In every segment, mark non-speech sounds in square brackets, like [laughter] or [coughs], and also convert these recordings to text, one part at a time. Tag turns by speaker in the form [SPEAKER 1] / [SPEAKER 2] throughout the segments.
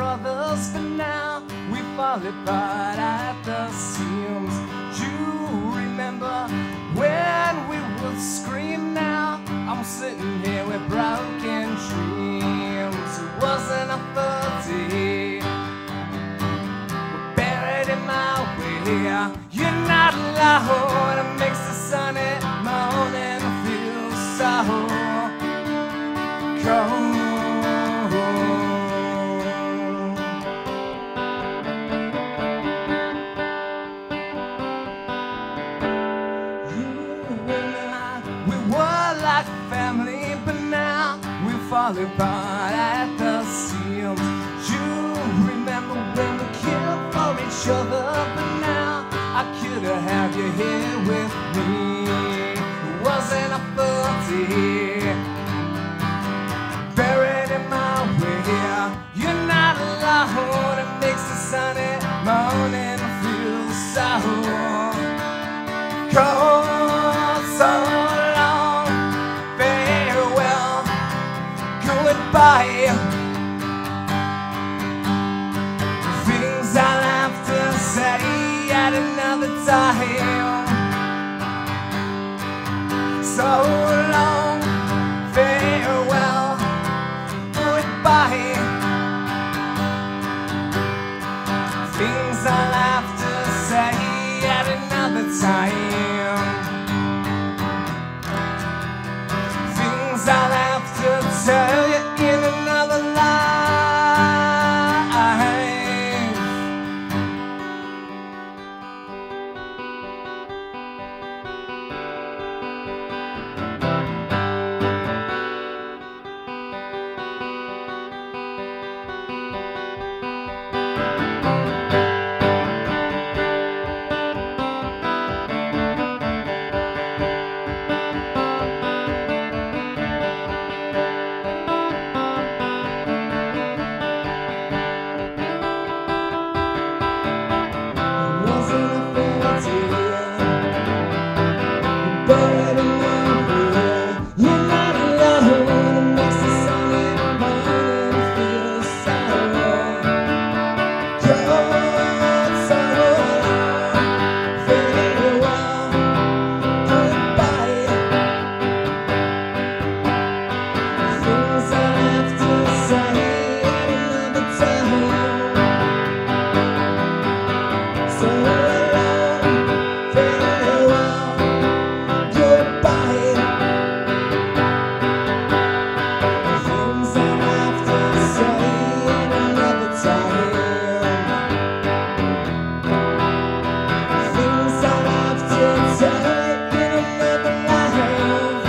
[SPEAKER 1] us, but now we fall apart at the seams. You remember when we would scream now? I'm sitting here with broken dreams. It wasn't a thirty. We're buried in my way. You're not alone. It makes the sunny morning feel so cold. You and I, we were like family, but now we fall apart at the seams. You remember when we killed for each other, but now I could have you here with me. It wasn't a faulty buried in my way. You're not alone. It makes the sunny morning feel so cold. So long, farewell, goodbye. Things I'll have to say at another time. So long, farewell goodbye. Things I'll have to say at another time. Things I'll have to tell you in another life. So long, farewell, goodbye. Things I'll have to say at another time. Things I'll have to tell in another life.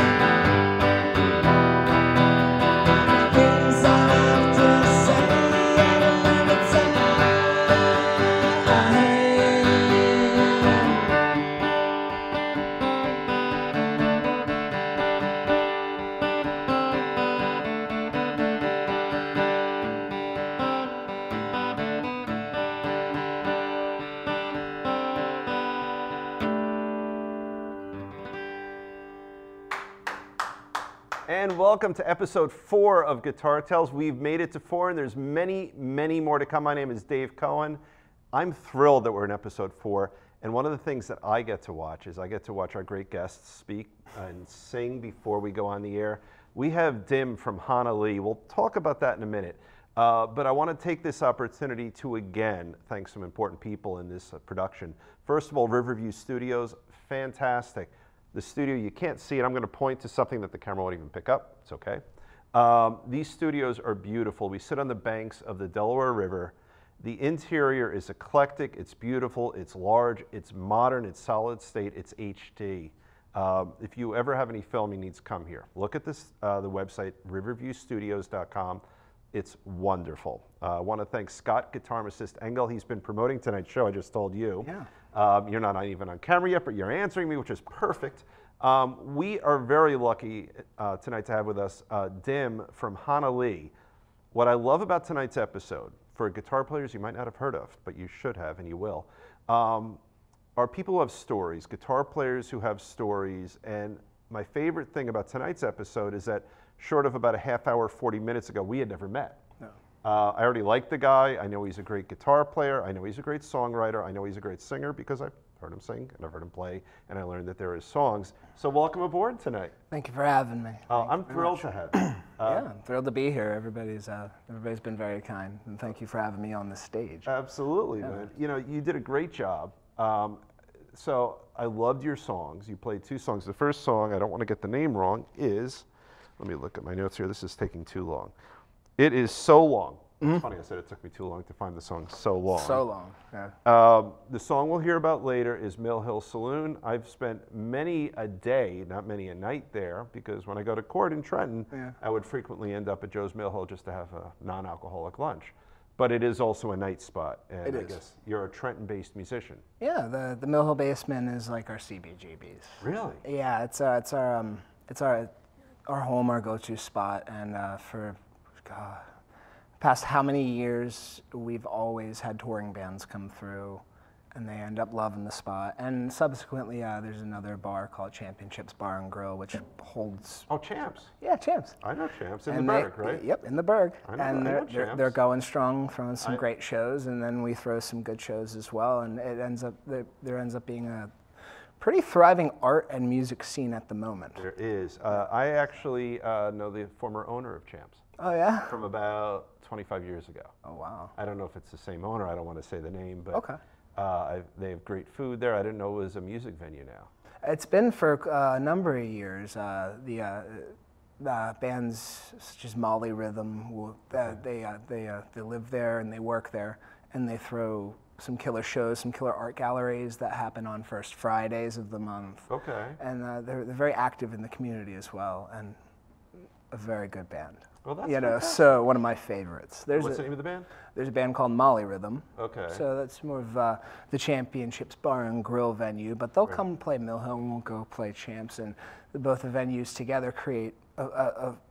[SPEAKER 1] Things I'll have to say at another time.
[SPEAKER 2] And welcome to episode four of Guitar Tales. We've made it to four, and there's many, many more to come. My name is Dave Cohen. I'm thrilled that we're in episode four. And one of the things that I get to watch is I get to watch our great guests speak and sing before we go on the air. We have Dim from Hana Lee. We'll talk about that in a minute. Uh, but I want to take this opportunity to again thank some important people in this uh, production. First of all, Riverview Studios, fantastic the studio, you can't see it. I'm going to point to something that the camera won't even pick up. It's okay. Um, these studios are beautiful. We sit on the banks of the Delaware River. The interior is eclectic, it's beautiful, it's large, it's modern, it's solid state, it's HD. Um, if you ever have any film, you need to come here. Look at this, uh, the website, riverviewstudios.com. It's wonderful. Uh, I want to thank Scott Guitarmacist Engel. He's been promoting tonight's show, I just told you.
[SPEAKER 3] Yeah.
[SPEAKER 2] Um, you're not even on camera yet, but you're answering me, which is perfect. Um, we are very lucky uh, tonight to have with us uh, Dim from Hana Lee. What I love about tonight's episode, for guitar players you might not have heard of, but you should have and you will, um, are people who have stories, guitar players who have stories. And my favorite thing about tonight's episode is that, short of about a half hour, 40 minutes ago, we had never met. Uh, I already like the guy. I know he's a great guitar player. I know he's a great songwriter. I know he's a great singer because I've heard him sing and I've heard him play and I learned that there are his songs. So welcome aboard tonight.
[SPEAKER 3] Thank you for having me.
[SPEAKER 2] Uh, I'm thrilled to have you.
[SPEAKER 3] yeah, I'm thrilled to be here. Everybody's uh, everybody's been very kind, and thank you for having me on the stage.
[SPEAKER 2] Absolutely, man. You know, you did a great job. Um, so I loved your songs. You played two songs. The first song, I don't want to get the name wrong, is, let me look at my notes here. This is taking too long. It is so long. It's funny, I said it took me too long to find the song so long.
[SPEAKER 3] So long. Yeah.
[SPEAKER 2] Um, the song we'll hear about later is Mill Hill Saloon. I've spent many a day, not many a night there, because when I go to court in Trenton, I would frequently end up at Joe's Mill Hill just to have a non alcoholic lunch. But it is also a night spot, and
[SPEAKER 3] It
[SPEAKER 2] I
[SPEAKER 3] is.
[SPEAKER 2] guess you're a Trenton based musician.
[SPEAKER 3] Yeah, the the Mill Hill basement is like our CBGBs.
[SPEAKER 2] Really?
[SPEAKER 3] Yeah, it's our it's our um, it's our our home, our go-to spot, and uh, for God, past how many years we've always had touring bands come through, and they end up loving the spot. And subsequently, uh, there's another bar called Championships Bar and Grill, which holds
[SPEAKER 2] Oh, Champs.
[SPEAKER 3] yeah champs.
[SPEAKER 2] I know Champs in
[SPEAKER 3] And
[SPEAKER 2] the
[SPEAKER 3] they-
[SPEAKER 2] Burdick, right?
[SPEAKER 3] Yep, in the Berg.
[SPEAKER 2] I know-
[SPEAKER 3] and
[SPEAKER 2] I know
[SPEAKER 3] they're, they're, they're
[SPEAKER 2] Champs.
[SPEAKER 3] going strong, throwing some great shows, and then we throw some good shows as well. And it ends up there, there ends up being a pretty thriving art and music scene at the moment.
[SPEAKER 2] There is. Uh, I actually uh, know the former owner of Champs
[SPEAKER 3] Oh yeah.
[SPEAKER 2] from about 25 years ago.
[SPEAKER 3] Oh wow.
[SPEAKER 2] I don't know if it's the same owner. I don't want to say the name, but
[SPEAKER 3] Okay.
[SPEAKER 2] uh, I, they have great food there. I didn't know it was a music venue now.
[SPEAKER 3] It's been for uh, a number of years. Uh, the uh, uh, bands such as Molly Rhythm, will- uh, they uh, they uh, they live there and they work there, and they throw some killer shows, some killer art galleries that happen on first Fridays of the month.
[SPEAKER 2] Okay.
[SPEAKER 3] and uh, they're, they're very active in the community as well, and a very good band.
[SPEAKER 2] Well, that's
[SPEAKER 3] you know,
[SPEAKER 2] fantastic.
[SPEAKER 3] so one of my favorites. There's
[SPEAKER 2] What's
[SPEAKER 3] a,
[SPEAKER 2] the name of the band?
[SPEAKER 3] there's a band called Molly Rhythm.
[SPEAKER 2] Okay.
[SPEAKER 3] So that's more of uh, the championships bar and grill venue, but they'll come play Mill Hill and we'll go play champs, and both the venues together create a, a,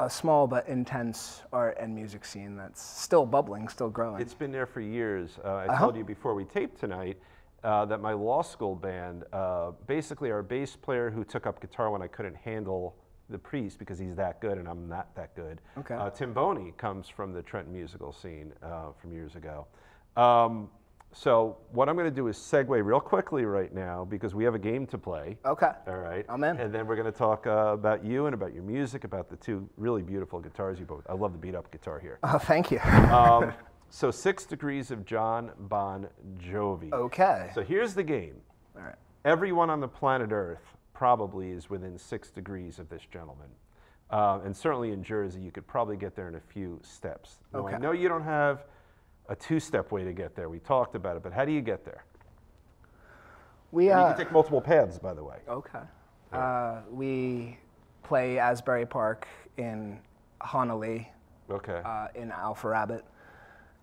[SPEAKER 3] a, a small but intense art and music scene that's still bubbling, still growing.
[SPEAKER 2] It's been there for years. Uh,
[SPEAKER 3] Uh-huh.
[SPEAKER 2] I told you before we taped tonight uh, that my law school band, uh, basically our bass player who took up guitar when I couldn't handle the priest because he's that good and I'm not that good.
[SPEAKER 3] Okay.
[SPEAKER 2] Uh, Tim Boney comes from the Trenton musical scene uh, from years ago. Um, so what I'm going to do is segue real quickly right now because we have a game to play.
[SPEAKER 3] okay.
[SPEAKER 2] All right.
[SPEAKER 3] I'm in.
[SPEAKER 2] And then we're going to talk uh, about you and about your music, about the two really beautiful guitars you both. I love the beat up guitar
[SPEAKER 3] [laughs]
[SPEAKER 2] here.
[SPEAKER 3] Oh, thank you.
[SPEAKER 2] Um, so six degrees of John Bon Jovi.
[SPEAKER 3] okay.
[SPEAKER 2] So here's the game.
[SPEAKER 3] All right.
[SPEAKER 2] Everyone on the planet Earth probably is within six degrees of this gentleman. Uh, and certainly in Jersey, you could probably get there in a few steps. Now, I
[SPEAKER 3] Okay.
[SPEAKER 2] know you don't have a two step way to get there. We talked about it, but how do you get there?
[SPEAKER 3] We
[SPEAKER 2] And
[SPEAKER 3] uh,
[SPEAKER 2] you can take multiple paths, by the way.
[SPEAKER 3] Okay. Uh, we play Asbury Park in Honolulu,
[SPEAKER 2] Okay.
[SPEAKER 3] uh, in Alpha Rabbit,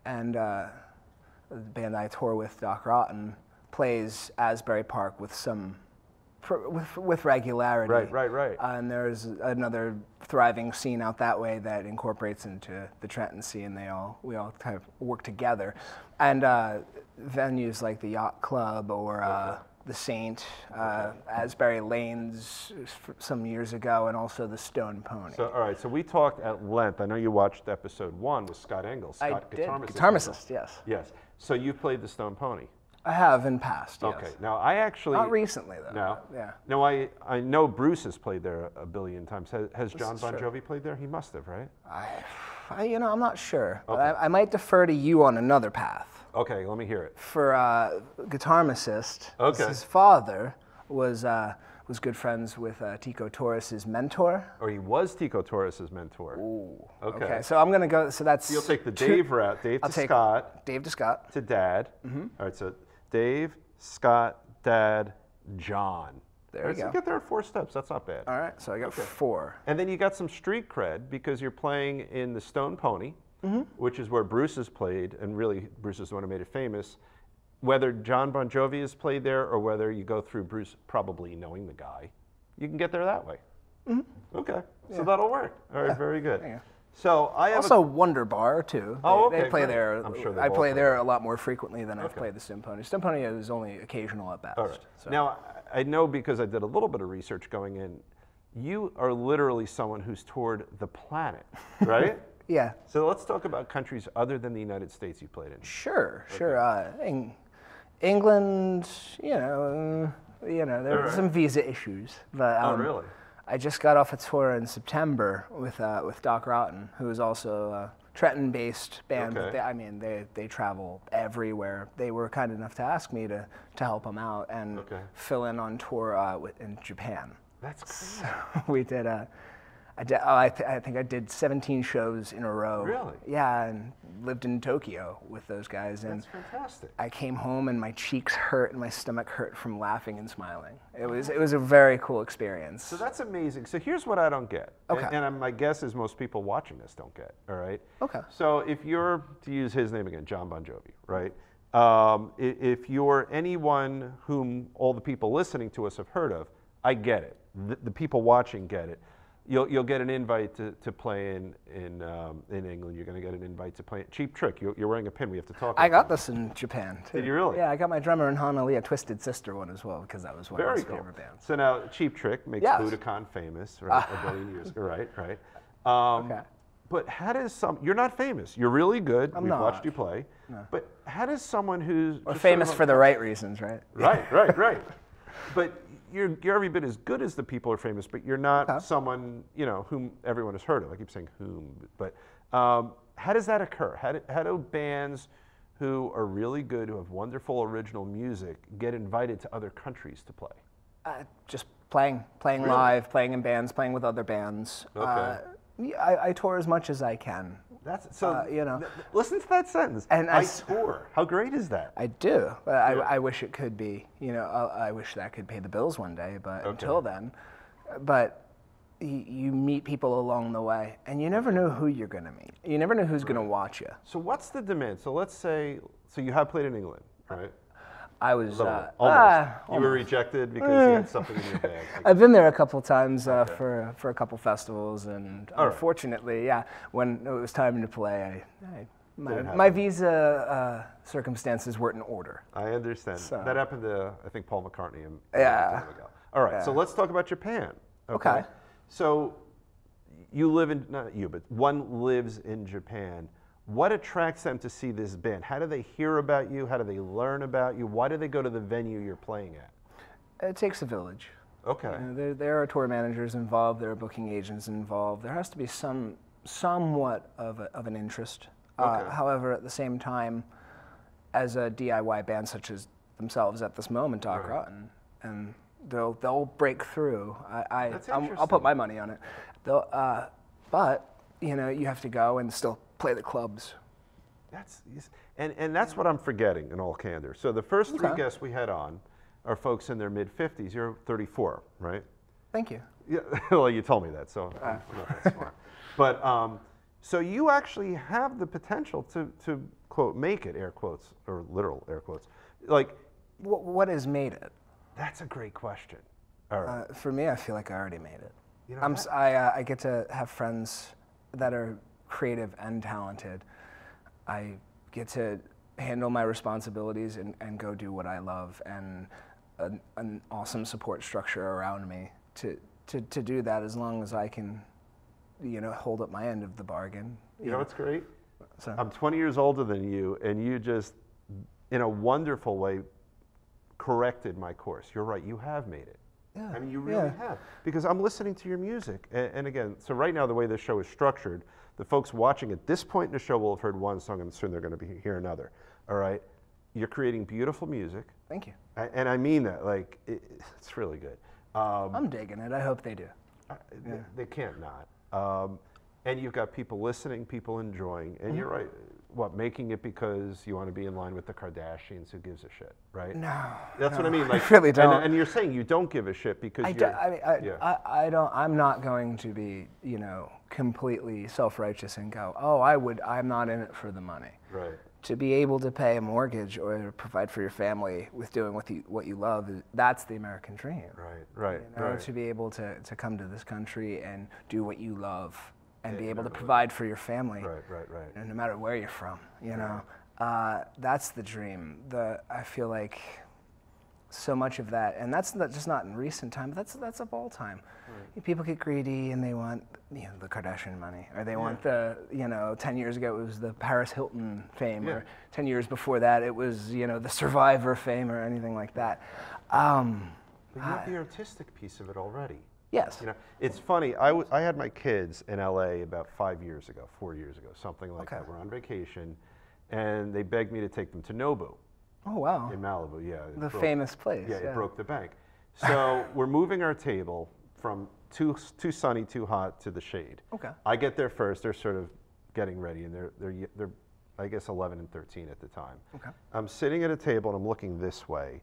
[SPEAKER 3] and uh, the band I tour with, Doc Rotten, plays Asbury Park with some pr- with, with regularity.
[SPEAKER 2] Right, right, right.
[SPEAKER 3] Uh, and there's another thriving scene out that way that incorporates into the Trenton scene. and they all we all kind of work together, and uh, venues like the Yacht Club or uh, the Saint, uh, Asbury Lanes, uh, f- some years ago, and also the Stone Pony.
[SPEAKER 2] so, all right, so we talked at length. I know you watched episode one with Scott Engels.
[SPEAKER 3] I
[SPEAKER 2] Scott,
[SPEAKER 3] did
[SPEAKER 2] uh, guitarmist.
[SPEAKER 3] guitarmacist, yes.
[SPEAKER 2] Yes. So you played the Stone Pony.
[SPEAKER 3] I have in past. Yes.
[SPEAKER 2] Okay. Now I actually
[SPEAKER 3] Not recently though.
[SPEAKER 2] No.
[SPEAKER 3] Yeah.
[SPEAKER 2] No, I, I know Bruce has played there a billion times. Has, has John
[SPEAKER 3] is
[SPEAKER 2] Bon
[SPEAKER 3] true.
[SPEAKER 2] Jovi played there? He must have, right?
[SPEAKER 3] I, I you know I'm not sure. But I, I might defer to you on another path.
[SPEAKER 2] Okay, let me hear it.
[SPEAKER 3] for uh, guitarmacist.
[SPEAKER 2] Okay.
[SPEAKER 3] His father was uh, was good friends with uh, Tico Torres's mentor.
[SPEAKER 2] Or he was Tico Torres's mentor. Okay.
[SPEAKER 3] So I'm gonna go. So that's
[SPEAKER 2] You'll take the
[SPEAKER 3] two-
[SPEAKER 2] Dave route. Dave
[SPEAKER 3] I'll
[SPEAKER 2] to
[SPEAKER 3] take Mm-hmm.
[SPEAKER 2] Scott
[SPEAKER 3] Dave to Scott.
[SPEAKER 2] to Dad. All right, so Dave, Scott, Dad, John. All
[SPEAKER 3] There you
[SPEAKER 2] right, so
[SPEAKER 3] go.
[SPEAKER 2] get there in four steps. That's not bad.
[SPEAKER 3] All right. So I got four.
[SPEAKER 2] And then you got some street cred because you're playing in the Stone Pony, which is where Bruce has played, and really Bruce is the one who made it famous. Whether John Bon Jovi has played there or whether you go through Bruce probably knowing the guy, you can get there that way. Okay, so that'll work. All right, very good.
[SPEAKER 3] you go.
[SPEAKER 2] So I have a-
[SPEAKER 3] Also Wonder Bar too. They-
[SPEAKER 2] Oh,
[SPEAKER 3] They
[SPEAKER 2] okay,
[SPEAKER 3] play
[SPEAKER 2] great.
[SPEAKER 3] there.
[SPEAKER 2] I'm sure they've
[SPEAKER 3] I
[SPEAKER 2] all
[SPEAKER 3] play
[SPEAKER 2] played
[SPEAKER 3] there a lot more frequently than I've
[SPEAKER 2] Okay.
[SPEAKER 3] played the Stimpony. Stimpony is only occasional at best.
[SPEAKER 2] All right. Now, I I know because I did a little bit of research going in, you are literally someone who's toured the planet, right?
[SPEAKER 3] Yeah.
[SPEAKER 2] So let's talk about countries other than the United States you played in.
[SPEAKER 3] Sure, sure. Uh, Eng- England, you know, uh, you know, there were
[SPEAKER 2] Alright.
[SPEAKER 3] some visa issues, but
[SPEAKER 2] Oh,
[SPEAKER 3] um,
[SPEAKER 2] really?
[SPEAKER 3] I just got off a tour in September with uh, with Doc Rotten, who is also a Trenton-based band. But
[SPEAKER 2] Okay.
[SPEAKER 3] they, I mean, they they travel everywhere. They were kind enough to ask me to to help them out and
[SPEAKER 2] Okay.
[SPEAKER 3] fill in on tour uh, with, in Japan. [laughs]
[SPEAKER 2] That's crazy.
[SPEAKER 3] we did a, I, did, oh, I, th- I think I did 17 shows in a row.
[SPEAKER 2] Really?
[SPEAKER 3] Yeah, and lived in Tokyo with those guys. And
[SPEAKER 2] That's fantastic.
[SPEAKER 3] I came home and my cheeks hurt and my stomach hurt from laughing and smiling. It was, it was a very cool experience.
[SPEAKER 2] So that's amazing. So here's what I don't get.
[SPEAKER 3] Okay.
[SPEAKER 2] And, and my guess is most people watching this don't get. All right.
[SPEAKER 3] Okay.
[SPEAKER 2] So if you're, to use his name again, John Bon Jovi, right? Um, i- if you're anyone whom all the people listening to us have heard of, I get it. The, the people watching get it. You'll, you'll get an invite to, to play in in, um, in England. You're going to get an invite to play. Cheap Trick. You're, you're wearing a pin. We have to talk.
[SPEAKER 3] I
[SPEAKER 2] about
[SPEAKER 3] got this in Japan. Too.
[SPEAKER 2] Did you really?
[SPEAKER 3] Yeah, I got my drummer in Honolulu, Twisted Sister one as well, because that was one of
[SPEAKER 2] Very
[SPEAKER 3] his
[SPEAKER 2] cool.
[SPEAKER 3] favorite bands.
[SPEAKER 2] So now Cheap Trick makes
[SPEAKER 3] Yes. Ah.
[SPEAKER 2] Budokan famous, right? a billion years ago, right? Right.
[SPEAKER 3] [laughs]
[SPEAKER 2] Um,
[SPEAKER 3] Okay.
[SPEAKER 2] But how does some? You're not famous. You're really good. We've
[SPEAKER 3] not.
[SPEAKER 2] watched you play. But how does someone who's
[SPEAKER 3] We're
[SPEAKER 2] just sort
[SPEAKER 3] famous
[SPEAKER 2] of
[SPEAKER 3] for the right reasons, right?
[SPEAKER 2] a- right, right,
[SPEAKER 3] [laughs]
[SPEAKER 2] right. But you're, you're every bit as good as the people who are famous, but you're not someone you know whom everyone has heard of. I keep saying whom, but um, how does that occur? How do, how do bands who are really good, who have wonderful original music, get invited to other countries to play?
[SPEAKER 3] Uh, just playing, playing live, playing in bands, playing with other bands.
[SPEAKER 2] Okay.
[SPEAKER 3] Uh, yeah, I, I tour as much as I can.
[SPEAKER 2] That's so.
[SPEAKER 3] Uh, you know.
[SPEAKER 2] th- th- listen to that sentence.
[SPEAKER 3] And I
[SPEAKER 2] I
[SPEAKER 3] s-
[SPEAKER 2] tour. How great is that?
[SPEAKER 3] I do, but I, I wish it could be. You know, uh, I, I wish that could pay the bills one day. But until then, but y- you meet people along the way, and you never know who you're gonna meet. You never know who's gonna watch you.
[SPEAKER 2] So what's the demand? So let's say, so you have played in England, right?
[SPEAKER 3] I was.
[SPEAKER 2] Little-
[SPEAKER 3] Uh,
[SPEAKER 2] almost.
[SPEAKER 3] ah,
[SPEAKER 2] you were rejected because you had something in [laughs] your bag. Like,
[SPEAKER 3] I've been there a couple times uh, for for a couple festivals, and
[SPEAKER 2] right.
[SPEAKER 3] unfortunately, yeah, when it was time to play, I, I my, my visa uh, circumstances weren't in order.
[SPEAKER 2] I understand. That happened to I think Paul McCartney. And
[SPEAKER 3] Yeah.
[SPEAKER 2] All right. So let's talk about Japan.
[SPEAKER 3] Okay.
[SPEAKER 2] So you live in not you, but one lives in Japan. What attracts them to see this band? How do they hear about you? How do they learn about you? Why do they go to the venue you're playing at?
[SPEAKER 3] It takes a village.
[SPEAKER 2] Okay.
[SPEAKER 3] You know, there, there are tour managers involved. There are booking agents involved. There has to be some somewhat of, a, of an interest. Uh, however, at the same time, as a DIY band such as themselves at this moment, Doc Rotten, and they'll they'll break through. I, I
[SPEAKER 2] That's
[SPEAKER 3] I'm- I'll
[SPEAKER 2] interesting.
[SPEAKER 3] put my money on it. They'll, uh, but you know you have to go and still play the clubs.
[SPEAKER 2] That's yes. and and that's what I'm forgetting in all candor. So the first three guests we had on are folks in their mid 50s. You're 34, right?
[SPEAKER 3] Thank you.
[SPEAKER 2] Yeah. [laughs] well, you told me that, so I'm not that smart. But um, so you actually have the potential to to quote make it air quotes or literal air quotes. Like
[SPEAKER 3] What, what has made it?
[SPEAKER 2] that's a great question. All right.
[SPEAKER 3] Uh, for me, I feel like I already made it.
[SPEAKER 2] You know,
[SPEAKER 3] I'm, s- I, uh, I get to have friends that are creative and talented. I get to handle my responsibilities and, and go do what I love, and an, an awesome support structure around me to, to, to do that as long as I can, you know, hold up my end of the bargain.
[SPEAKER 2] You know what's great?
[SPEAKER 3] So-
[SPEAKER 2] I'm 20 years older than you, and you just, in a wonderful way, corrected my course. You're right, you have made it. I mean, you really have. Because I'm listening to your music. And, and again, so right now, the way this show is structured, the folks watching at this point in the show will have heard one song, and soon they're going to be hear another. All right? You're creating beautiful music.
[SPEAKER 3] Thank you.
[SPEAKER 2] a- And I mean that, like, it, it's really good. Um,
[SPEAKER 3] I'm digging it. I hope they do.
[SPEAKER 2] I- th- Uh, They can't not. Um, and you've got people listening, people enjoying, and
[SPEAKER 3] Mm-hmm.
[SPEAKER 2] you're right. What making it because you want to be in line with the Kardashians? Who gives a shit, right?
[SPEAKER 3] No.
[SPEAKER 2] That's what I mean. Like,
[SPEAKER 3] really
[SPEAKER 2] and-
[SPEAKER 3] don't.
[SPEAKER 2] And, you're saying you don't give a shit because
[SPEAKER 3] I,
[SPEAKER 2] you're.
[SPEAKER 3] do, I, mean, I,
[SPEAKER 2] yeah.
[SPEAKER 3] I, I don't. I'm not going to be, you know, completely self-righteous and go, oh, I would. I'm not in it for the money.
[SPEAKER 2] right.
[SPEAKER 3] To be able to pay a mortgage or provide for your family with doing what you what you love, is- that's the American dream.
[SPEAKER 2] Right. Right.
[SPEAKER 3] You know,
[SPEAKER 2] right.
[SPEAKER 3] to be able to, to come to this country and do what you love and be able to provide for your family
[SPEAKER 2] Right. Right. Right.
[SPEAKER 3] you know, no matter where you're from, you know, uh, that's the dream. The I feel like so much of that, and that's not, just not in recent time. But that's that's of all time. People get greedy and they want you know, the Kardashian money, or they want the you know ten years ago it was the Paris Hilton fame, or ten years before that it was you know the Survivor fame or anything like that. Um,
[SPEAKER 2] But you have the artistic piece of it already.
[SPEAKER 3] yes.
[SPEAKER 2] You know, it's funny. I wa- I had my kids in LA about five years ago, four years ago, something like that.
[SPEAKER 3] Okay.
[SPEAKER 2] We're on vacation, and they begged me to take them to Nobu
[SPEAKER 3] oh wow.
[SPEAKER 2] in Malibu. Yeah, it
[SPEAKER 3] The
[SPEAKER 2] broke-
[SPEAKER 3] famous place.
[SPEAKER 2] Yeah, it broke the bank.
[SPEAKER 3] [laughs]
[SPEAKER 2] So we're moving our table from too too sunny, too hot to the shade.
[SPEAKER 3] Okay.
[SPEAKER 2] I get there first. They're sort of getting ready, and they're they're y- they're I guess 11 and 13 at the time.
[SPEAKER 3] Okay.
[SPEAKER 2] I'm sitting at a table and I'm looking this way,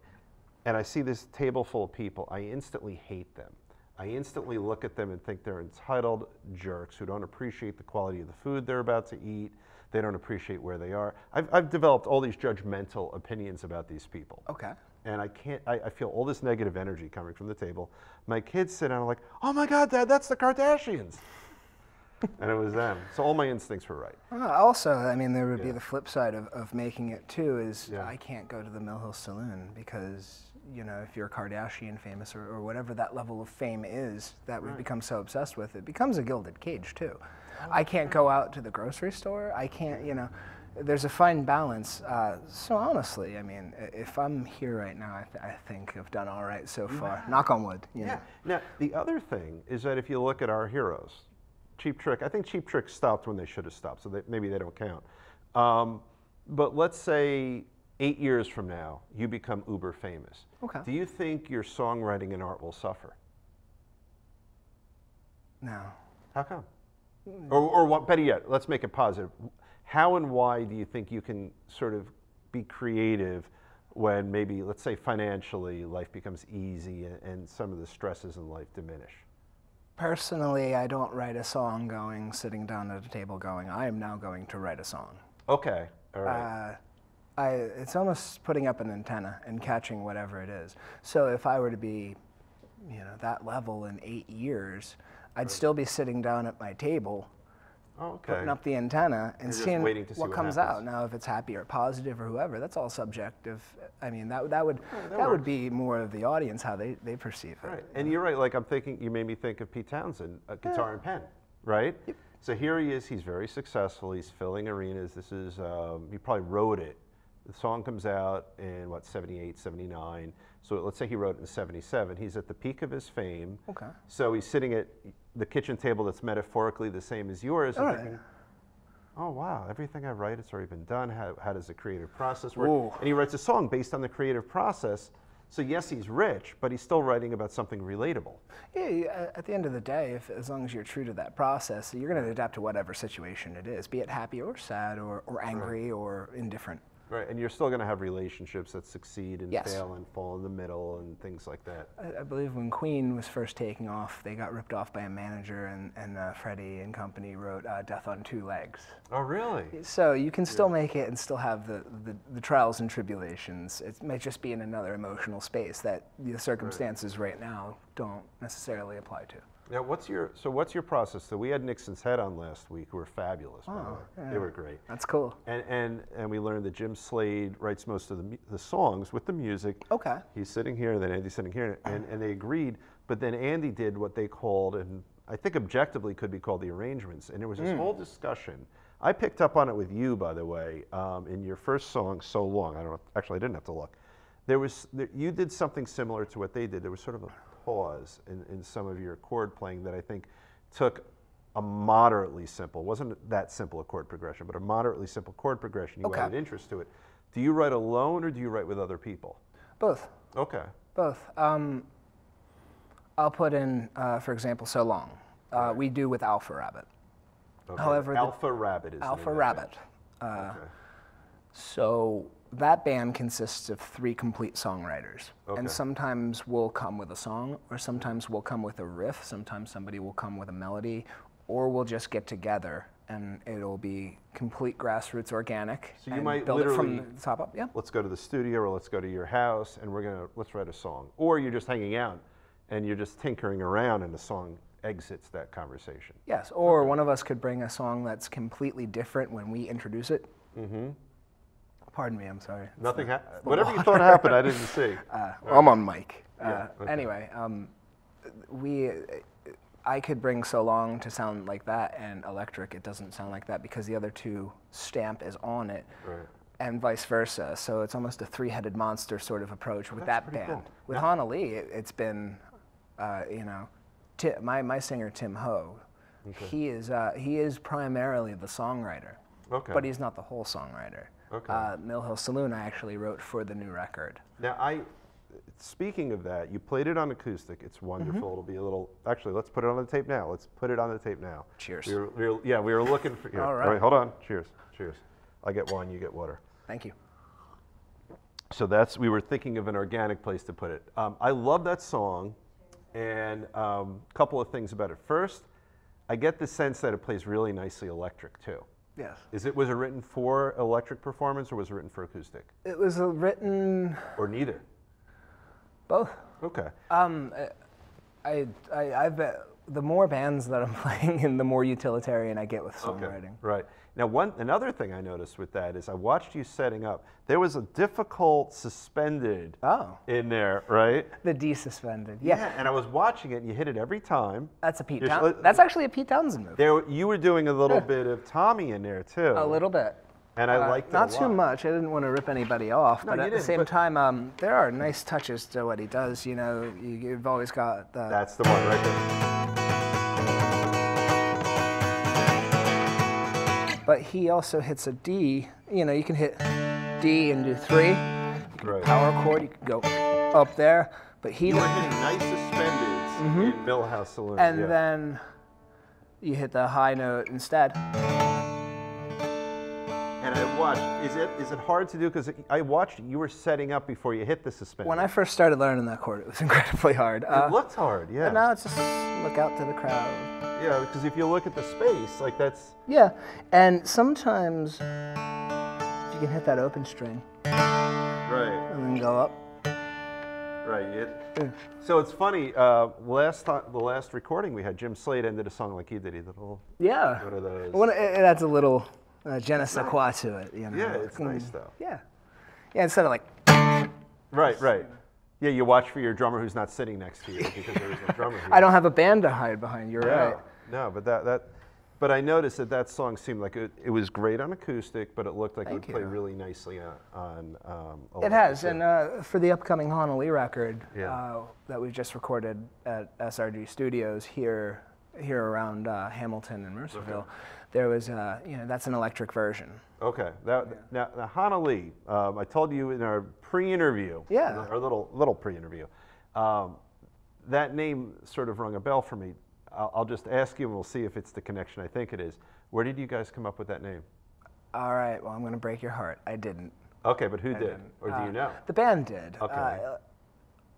[SPEAKER 2] and I see this table full of people. I instantly hate them. I instantly look at them and think they're entitled jerks who don't appreciate the quality of the food they're about to eat. They don't appreciate where they are. I've, I've developed all these judgmental opinions about these people
[SPEAKER 3] Okay.
[SPEAKER 2] and I can't. I, I feel all this negative energy coming from the table. My kids sit down, like, "Oh my God, Dad, that's the Kardashians," [laughs] and it was them. So all my instincts were right.
[SPEAKER 3] Uh, also, I mean, there would be the flip side of, of making it too is
[SPEAKER 2] Yeah.
[SPEAKER 3] I can't go to the Mill Hill Saloon because, you know, if you're Kardashian famous or, or whatever that level of fame is that we've become so obsessed with, it becomes a gilded cage too. I can't go out to the grocery store. I can't, you know, there's a fine balance. Uh, so honestly, I mean, i- if I'm here right now, I, th- I think I've done all right so far. Knock on wood. you know.
[SPEAKER 2] Now the other thing is that if you look at our heroes, Cheap Trick. I think Cheap Trick stopped when they should have stopped, so they, maybe they don't count. Um, but let's say eight years from now, you become uber famous.
[SPEAKER 3] Okay.
[SPEAKER 2] Do you think your songwriting and art will suffer?
[SPEAKER 3] No.
[SPEAKER 2] How come? Mm. Or, or what, better yet, let's make it positive. How and why do you think you can sort of be creative when maybe, let's say financially, life becomes easy and, and some of the stresses in life diminish?
[SPEAKER 3] Personally, I don't write a song going, sitting down at a table going, I am now going to write a song.
[SPEAKER 2] Okay, all right.
[SPEAKER 3] Uh, I, it's almost putting up an antenna and catching whatever it is. So if I were to be, you know, that level in eight years, I'd still be sitting down at my table,
[SPEAKER 2] oh, okay.
[SPEAKER 3] putting up the antenna and
[SPEAKER 2] just
[SPEAKER 3] seeing
[SPEAKER 2] waiting to see
[SPEAKER 3] what,
[SPEAKER 2] what
[SPEAKER 3] comes
[SPEAKER 2] happens.
[SPEAKER 3] out. Now, if it's happy or positive or whoever, that's all subjective. I mean, that, that would that, would be more of the audience how they, they perceive it.
[SPEAKER 2] Right. And you're right. Like I'm thinking, you made me think of Pete Townsend, uh, guitar and pen, right? So here he is. He's very successful. He's filling arenas. This is um, he probably wrote it. The song comes out in what 78, 79. So let's say he wrote it in 77. He's at the peak of his fame.
[SPEAKER 3] Okay.
[SPEAKER 2] So he's sitting at the kitchen table that's metaphorically the same as yours. and
[SPEAKER 3] All right.
[SPEAKER 2] thinking, Oh wow! Everything I write, it's already been done. How, how does the creative process work?
[SPEAKER 3] Ooh.
[SPEAKER 2] And he writes a song based on the creative process. So yes, he's rich, but he's still writing about something relatable.
[SPEAKER 3] Yeah, you- a- at the end of the day, if, as long as you're true to that process, you're going to adapt to whatever situation it is, be it happy or sad or, or angry or indifferent.
[SPEAKER 2] Right. And you're still going to have relationships that succeed and
[SPEAKER 3] Yes. Uh,
[SPEAKER 2] fail and fall in the middle and things like that.
[SPEAKER 3] I, I believe when Queen was first taking off, they got ripped off by a manager, and, and uh, Freddie and company wrote uh, Death on Two Legs.
[SPEAKER 2] Oh really?
[SPEAKER 3] So you can still make it and still have the, the, the trials and tribulations. It might just be in another emotional space that the circumstances right now don't necessarily apply to.
[SPEAKER 2] Now what's your so what's your process? So we had Nixon's head on last week. who were fabulous. by
[SPEAKER 3] Oh,
[SPEAKER 2] the way. They were great.
[SPEAKER 3] That's cool.
[SPEAKER 2] And, and, and we learned that Jim Slade writes most of the, mu- the songs with the music.
[SPEAKER 3] Okay.
[SPEAKER 2] He's sitting here, and then Andy's sitting here, and, and they agreed. But then Andy did what they called, and I think objectively could be called the arrangements. And there was this whole discussion. I picked up on it with you, by the way, um, in your first song, So Long. I don't know, actually, I didn't have to look. There was, there, you did something similar to what they did. There was sort of a pause in, in some of your chord playing that I think took a moderately simple, wasn't that simple a chord progression, but a moderately simple chord progression. You
[SPEAKER 3] Okay.
[SPEAKER 2] added interest to it. Do you write alone or do you write with other people?
[SPEAKER 3] Both.
[SPEAKER 2] Okay.
[SPEAKER 3] Both. Um, I'll put in, uh, for example, so long. Uh, we do with Alpha Rabbit.
[SPEAKER 2] okay.
[SPEAKER 3] However, the-
[SPEAKER 2] Alpha Rabbit is the name
[SPEAKER 3] Alpha
[SPEAKER 2] of that
[SPEAKER 3] Rabbit. uh,
[SPEAKER 2] band. Okay.
[SPEAKER 3] So that band consists of three complete songwriters.
[SPEAKER 2] Okay.
[SPEAKER 3] And sometimes we'll come with a song, or sometimes we'll come with a riff, sometimes somebody will come with a melody, or we'll just get together and it'll be complete grassroots organic.
[SPEAKER 2] So you
[SPEAKER 3] and
[SPEAKER 2] might
[SPEAKER 3] build it from
[SPEAKER 2] literally-
[SPEAKER 3] the top up. Yeah.
[SPEAKER 2] Let's go to the studio or let's go to your house and we're gonna let's write a song. Or you're just hanging out and you're just tinkering around and the song exits that conversation.
[SPEAKER 3] Yes, or one of us could bring a song that's completely different when we introduce it. Pardon me, I'm sorry. It's
[SPEAKER 2] Nothing
[SPEAKER 3] the-
[SPEAKER 2] happened.
[SPEAKER 3] the
[SPEAKER 2] Whatever you
[SPEAKER 3] water.
[SPEAKER 2] thought happened, I
[SPEAKER 3] [laughs]
[SPEAKER 2] didn't see.
[SPEAKER 3] Uh, I'm on mic. Uh,
[SPEAKER 2] okay.
[SPEAKER 3] Anyway, um, we, I could bring so long to sound like that, and electric it doesn't sound like that because the other two stamp is on it,
[SPEAKER 2] Right.
[SPEAKER 3] and vice versa. So it's almost a three-headed monster sort of approach with
[SPEAKER 2] that's
[SPEAKER 3] that
[SPEAKER 2] pretty
[SPEAKER 3] band.
[SPEAKER 2] cool.
[SPEAKER 3] With Hana Lee, it, it's been, uh, you know, Ti my my singer Tim Ho, he is uh, he is primarily the songwriter.
[SPEAKER 2] Okay.
[SPEAKER 3] But he's not the whole songwriter.
[SPEAKER 2] Okay.
[SPEAKER 3] Uh, Mill Hill Saloon, I actually wrote for the new record.
[SPEAKER 2] Now, I, speaking of that, you played it on acoustic. It's
[SPEAKER 3] Mm-hmm.
[SPEAKER 2] wonderful. It'll be a little. Actually, let's put it on the tape now. Let's put it on the tape now.
[SPEAKER 3] Cheers.
[SPEAKER 2] We were, we were- yeah, we were looking for. here,
[SPEAKER 3] All right.
[SPEAKER 2] Hold on. Cheers. Cheers. I get wine. You get water.
[SPEAKER 3] Thank you.
[SPEAKER 2] So that's we were thinking of an organic place to put it. Um, I love that song, and a couple of things about it. First, I get the sense that it plays really nicely electric too.
[SPEAKER 3] Yes.
[SPEAKER 2] Is it was it written for electric performance or was it written for acoustic
[SPEAKER 3] It was uh, written
[SPEAKER 2] or neither?
[SPEAKER 3] both.
[SPEAKER 2] Okay.
[SPEAKER 3] Um, uh, I, I, I've been, the more bands that I'm [laughs] playing in, the more utilitarian I get with
[SPEAKER 2] Okay,
[SPEAKER 3] songwriting.
[SPEAKER 2] Right. Now, one another thing I noticed with that is I watched you setting up. There was a difficult suspended
[SPEAKER 3] Oh,
[SPEAKER 2] in there, right?
[SPEAKER 3] the D suspended. Yeah,
[SPEAKER 2] And I was watching it, and you hit it every time.
[SPEAKER 3] that's a Pete.
[SPEAKER 2] You're
[SPEAKER 3] Town-
[SPEAKER 2] sli-
[SPEAKER 3] that's actually a Pete Townsend move.
[SPEAKER 2] There, you were doing a
[SPEAKER 3] [laughs]
[SPEAKER 2] little bit of Tommy in there too.
[SPEAKER 3] A little bit.
[SPEAKER 2] And I
[SPEAKER 3] Uh,
[SPEAKER 2] liked it a
[SPEAKER 3] not too
[SPEAKER 2] lot.
[SPEAKER 3] much. I didn't want to rip anybody off, but
[SPEAKER 2] you
[SPEAKER 3] at the
[SPEAKER 2] didn't,
[SPEAKER 3] same
[SPEAKER 2] but-
[SPEAKER 3] time, um, there are nice touches to what he does. You know, you, you've always got the
[SPEAKER 2] That's the one right there.
[SPEAKER 3] But he also hits a D. You know, you can hit D and do three. You can do
[SPEAKER 2] Right.
[SPEAKER 3] power chord. You can go up there. But he
[SPEAKER 2] You were hitting nice suspendeds in Millhouse Saloon.
[SPEAKER 3] Mm-hmm. and
[SPEAKER 2] yeah.
[SPEAKER 3] then you hit the high note instead.
[SPEAKER 2] and I watched. Is it is it hard to do? Because I watched you were setting up before you hit the suspended.
[SPEAKER 3] When I first started learning that chord, it was [laughs] incredibly hard.
[SPEAKER 2] it looked hard, yeah.
[SPEAKER 3] but now it's just look out to the crowd.
[SPEAKER 2] Yeah, because if you look at the space, like that's
[SPEAKER 3] Yeah, and sometimes if you can hit that open string
[SPEAKER 2] right,
[SPEAKER 3] and then go up.
[SPEAKER 2] right. It, so it's funny. Uh, last time, the last recording we had, Jim Slade ended a song like he did. He did a little.
[SPEAKER 3] Yeah.
[SPEAKER 2] What are those?
[SPEAKER 3] Well, it, it adds a little uh, je ne sais quoi to it, you know.
[SPEAKER 2] Yeah, it's nice though.
[SPEAKER 3] Yeah. Yeah, instead of like
[SPEAKER 2] Right, right. Yeah, you watch for your drummer who's not sitting next to you because there is no drummer. Here.
[SPEAKER 3] [laughs] I don't have a band to hide behind. You're
[SPEAKER 2] No,
[SPEAKER 3] right.
[SPEAKER 2] no, but that that, but I noticed that that song seemed like it, it was great on acoustic, but it looked like it
[SPEAKER 3] Thank
[SPEAKER 2] would play
[SPEAKER 3] you.
[SPEAKER 2] really nicely on. on um,
[SPEAKER 3] It
[SPEAKER 2] electric,
[SPEAKER 3] has,
[SPEAKER 2] too.
[SPEAKER 3] and uh, for the upcoming Honolulu record
[SPEAKER 2] Yeah.
[SPEAKER 3] uh, that we've just recorded at SRG Studios here, here around uh, Hamilton and Mercerville, there was, uh, you know, that's an electric version.
[SPEAKER 2] Okay. That, Now, now Hannah Lee, um, I told you in our pre-interview,
[SPEAKER 3] Yeah.
[SPEAKER 2] our little little pre-interview, um, that name sort of rung a bell for me. I'll, I'll just ask you, and we'll see if it's the connection I think it is. Where did you guys come up with that name?
[SPEAKER 3] All right, well, I'm going to break your heart. I didn't.
[SPEAKER 2] Okay, but who did,
[SPEAKER 3] didn't.
[SPEAKER 2] or do you know?
[SPEAKER 3] The band did.
[SPEAKER 2] Okay.
[SPEAKER 3] Uh,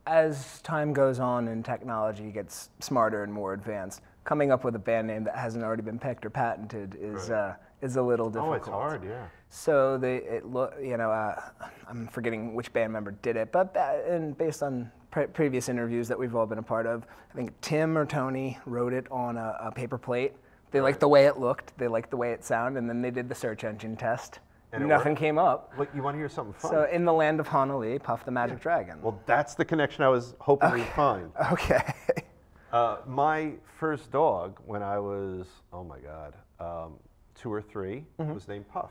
[SPEAKER 3] as time goes on and technology gets smarter and more advanced, coming up with a band name that hasn't already been picked or patented is,
[SPEAKER 2] Right.
[SPEAKER 3] uh, is a little
[SPEAKER 2] Oh,
[SPEAKER 3] difficult.
[SPEAKER 2] it's hard. Yeah.
[SPEAKER 3] So they, it look, you know, uh, I'm forgetting which band member did it, but ba- and based on pre- previous interviews that we've all been a part of, I think Tim or Tony wrote it on a, a paper plate. They liked the way it looked, they liked the way it sounded, and then they did the search engine test.
[SPEAKER 2] And it
[SPEAKER 3] Nothing
[SPEAKER 2] worked?
[SPEAKER 3] came up.
[SPEAKER 2] Look, you want to hear something fun?
[SPEAKER 3] So in the land of Honolulu, Puff the Magic Dragon.
[SPEAKER 2] well, that's the connection I was hoping we'd find.
[SPEAKER 3] [laughs] okay.
[SPEAKER 2] Uh, my first dog, when I was, oh my God, um, two or 3
[SPEAKER 3] Mm-hmm.
[SPEAKER 2] was named Puff.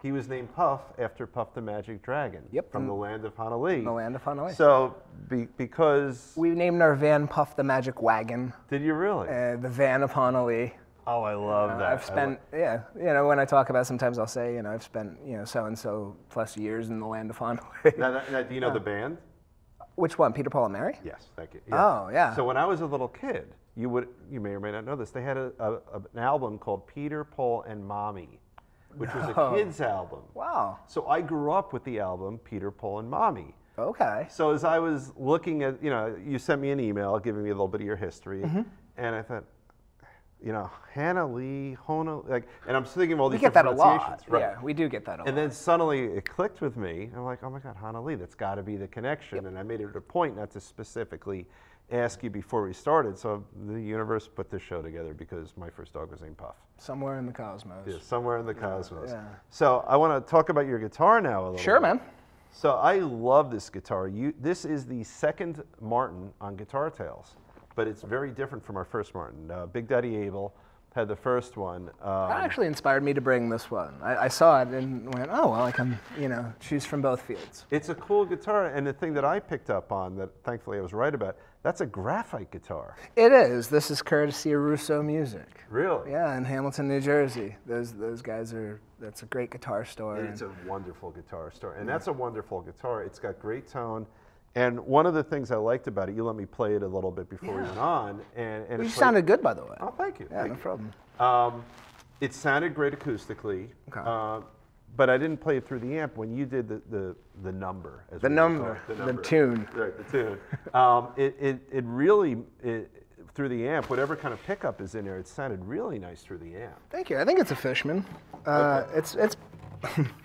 [SPEAKER 2] He was named Puff after Puff the Magic Dragon
[SPEAKER 3] Yep, Mm.
[SPEAKER 2] from the land of Honolulu.
[SPEAKER 3] the land of Honolulu.
[SPEAKER 2] So, be, because,
[SPEAKER 3] we named our van Puff the Magic Wagon,
[SPEAKER 2] did you really?
[SPEAKER 3] uh, the van of Honolulu.
[SPEAKER 2] oh, I love that.
[SPEAKER 3] uh, I've
[SPEAKER 2] I lo-
[SPEAKER 3] spent, yeah, you know, when I talk about, it, sometimes I'll say, you know, I've spent, you know, so and so plus years in the land of Honolulu.
[SPEAKER 2] now, that- now, do you know the band?
[SPEAKER 3] [laughs] Which one, Peter, Paul, and Mary?
[SPEAKER 2] Yes, thank you.
[SPEAKER 3] Oh, yeah.
[SPEAKER 2] So when I was a little kid, you would you may or may not know this. They had a, a, a- an album called Peter, Paul, and Mommy, which was a
[SPEAKER 3] No.
[SPEAKER 2] kids album.
[SPEAKER 3] Wow.
[SPEAKER 2] So I grew up with the album Peter, Paul, and Mommy.
[SPEAKER 3] Okay.
[SPEAKER 2] So as I was looking at, you know, you sent me an email giving me a little bit of your history,
[SPEAKER 3] Mm-hmm.
[SPEAKER 2] and I thought, you know, Hannah Lee, Hona, like, and I'm thinking of all
[SPEAKER 3] We
[SPEAKER 2] these
[SPEAKER 3] get that a
[SPEAKER 2] different
[SPEAKER 3] lot.
[SPEAKER 2] pronunciations, right?
[SPEAKER 3] Yeah, we do get that a lot.
[SPEAKER 2] And then suddenly it clicked with me. I'm like, oh my God, Hannah Lee, that's got to be the connection. And I made it a point not to specifically ask you before we started. So the universe put this show together because my first dog was named Puff.
[SPEAKER 3] Somewhere in the cosmos.
[SPEAKER 2] Yeah, somewhere in the cosmos.
[SPEAKER 3] yeah.
[SPEAKER 2] So I want to talk about your guitar now a little.
[SPEAKER 3] Sure,
[SPEAKER 2] bit.
[SPEAKER 3] man.
[SPEAKER 2] So I love this guitar. You, this is the second Martin on Guitar Tales, but it's very different from our first Martin. Uh, Big Daddy Abel had the first one. Uh,
[SPEAKER 3] That actually inspired me to bring this one. I, I saw it and went, oh, well, I can, you know, choose from both fields.
[SPEAKER 2] it's a cool guitar, and the thing that I picked up on that thankfully I was right about. That's a graphite guitar.
[SPEAKER 3] It is. This is courtesy of Russo Music.
[SPEAKER 2] Really?
[SPEAKER 3] Yeah, in Hamilton, New Jersey. Those those guys are. That's a great guitar store.
[SPEAKER 2] It's
[SPEAKER 3] and-
[SPEAKER 2] a wonderful guitar store, and that's a wonderful guitar. It's got great tone, and one of the things I liked about it, you let me play it a little bit before we went on, and, and it
[SPEAKER 3] you
[SPEAKER 2] played-
[SPEAKER 3] sounded good, by the way.
[SPEAKER 2] Oh, thank you.
[SPEAKER 3] yeah,
[SPEAKER 2] thank
[SPEAKER 3] no
[SPEAKER 2] you.
[SPEAKER 3] problem.
[SPEAKER 2] Um, it sounded great acoustically,
[SPEAKER 3] Okay.
[SPEAKER 2] uh, but I didn't play it through the amp when you did the the, the number. As
[SPEAKER 3] The
[SPEAKER 2] we would call
[SPEAKER 3] number,
[SPEAKER 2] it,
[SPEAKER 3] the tune.
[SPEAKER 2] Right, the tune. um, it, it it really it, through the amp, whatever kind of pickup is in there, it sounded really nice through the amp.
[SPEAKER 3] Thank you. I think it's a Fishman. Uh, It's it's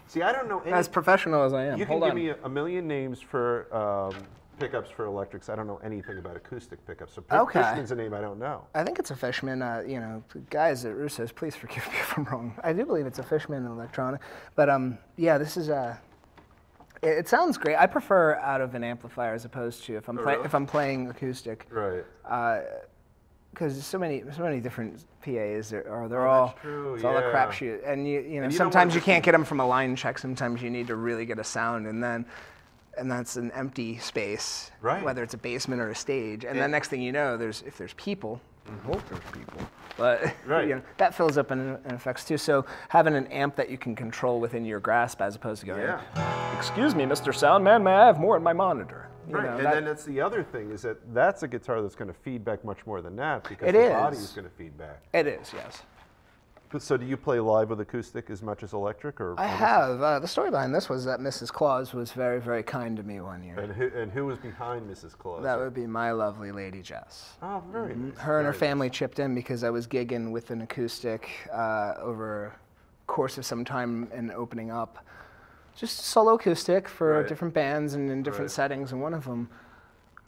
[SPEAKER 2] See, I don't know any.
[SPEAKER 3] as professional as I am.
[SPEAKER 2] you can
[SPEAKER 3] Hold
[SPEAKER 2] give
[SPEAKER 3] on.
[SPEAKER 2] me a, a million names for um, pickups for electrics. I don't know anything about acoustic pickups. So Pi-
[SPEAKER 3] Okay.
[SPEAKER 2] Fishman's a name I don't
[SPEAKER 3] [laughs]
[SPEAKER 2] know.
[SPEAKER 3] I think it's a Fishman. Uh, you know, guys at Russo's, please forgive [laughs] me if I'm wrong. I do believe it's a Fishman electronic, but um, yeah, this is a. It, it sounds great. I prefer out of an amplifier as opposed to if I'm play,
[SPEAKER 2] Oh, really?
[SPEAKER 3] if I'm playing acoustic.
[SPEAKER 2] Right.
[SPEAKER 3] because there's so many so many different PAs there are. They're all
[SPEAKER 2] Oh, true,
[SPEAKER 3] it's all a
[SPEAKER 2] yeah.
[SPEAKER 3] crapshoot, and you you know
[SPEAKER 2] you don't
[SPEAKER 3] sometimes
[SPEAKER 2] wanna
[SPEAKER 3] you
[SPEAKER 2] just
[SPEAKER 3] can't get them from a line check. Sometimes you need to really get a sound, and then and that's an empty space,
[SPEAKER 2] Right.
[SPEAKER 3] Whether it's a basement or a stage, and then next thing you know, there's if there's people, I hope there's people, but
[SPEAKER 2] Mm.
[SPEAKER 3] [laughs]
[SPEAKER 2] Right.
[SPEAKER 3] you know that fills up and, and affects too. So having an amp that you can control within your grasp, as opposed to going,
[SPEAKER 2] Yeah.
[SPEAKER 3] excuse me, Mr. Soundman, may I have more in my monitor? You
[SPEAKER 2] Right,
[SPEAKER 3] know,
[SPEAKER 2] and
[SPEAKER 3] that-
[SPEAKER 2] then that's the other thing is that that's a guitar that's going to feed back much more than that because
[SPEAKER 3] It
[SPEAKER 2] the body
[SPEAKER 3] is.
[SPEAKER 2] is going to feed back.
[SPEAKER 3] it is yes.
[SPEAKER 2] But So do you play live with acoustic as much as electric, or
[SPEAKER 3] I
[SPEAKER 2] or-
[SPEAKER 3] have. Uh, the story behind this was that Mrs. Claus was very, very kind to me one year.
[SPEAKER 2] And who, and who was behind Mrs. Claus?
[SPEAKER 3] That would be my lovely lady Jess.
[SPEAKER 2] oh, very nice.
[SPEAKER 3] Her and her
[SPEAKER 2] very
[SPEAKER 3] family chipped in because I was gigging with an acoustic uh, over course of some time and opening up just solo acoustic for
[SPEAKER 2] Right.
[SPEAKER 3] different bands and in different
[SPEAKER 2] Right.
[SPEAKER 3] settings. And one of them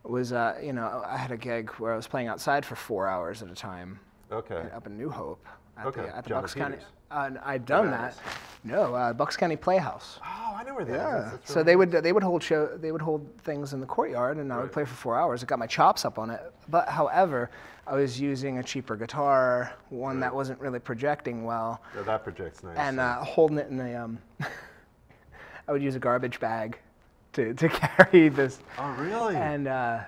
[SPEAKER 3] was, uh, you know, I had a gig where I was playing outside for four hours at a time
[SPEAKER 2] nice. Okay.
[SPEAKER 3] up in New Hope at
[SPEAKER 2] Okay,
[SPEAKER 3] the, at the
[SPEAKER 2] John
[SPEAKER 3] Bucks County.
[SPEAKER 2] Peters.
[SPEAKER 3] Uh, I'd done
[SPEAKER 2] Nice.
[SPEAKER 3] that. No, uh, Bucks County Playhouse.
[SPEAKER 2] Oh, I know where that is.
[SPEAKER 3] Yeah.
[SPEAKER 2] That's
[SPEAKER 3] So
[SPEAKER 2] really
[SPEAKER 3] they would they would hold show they would hold things in the courtyard, and I would play for four hours. It got my chops up on it. But however, I was using a cheaper guitar, one that wasn't really projecting well,
[SPEAKER 2] nice. Oh, that projects nice.
[SPEAKER 3] and uh, holding it in a um. [laughs] I would use a garbage bag to to [laughs] carry this,
[SPEAKER 2] oh, really?
[SPEAKER 3] and. Uh,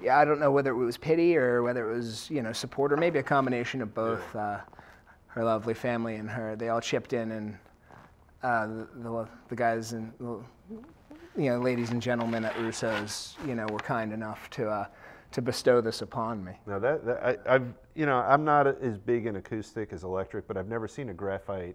[SPEAKER 3] yeah, I don't know whether it was pity or whether it was you know support or maybe a combination of both. Uh, her lovely family and her, they all chipped in, and uh, the, the lo- the guys and the- you know ladies and gentlemen at Russo's, you know, were kind enough to uh, to bestow this upon me.
[SPEAKER 2] Now that, that I, I've, you know, I'm not a- as big in acoustic as electric, but I've never seen a graphite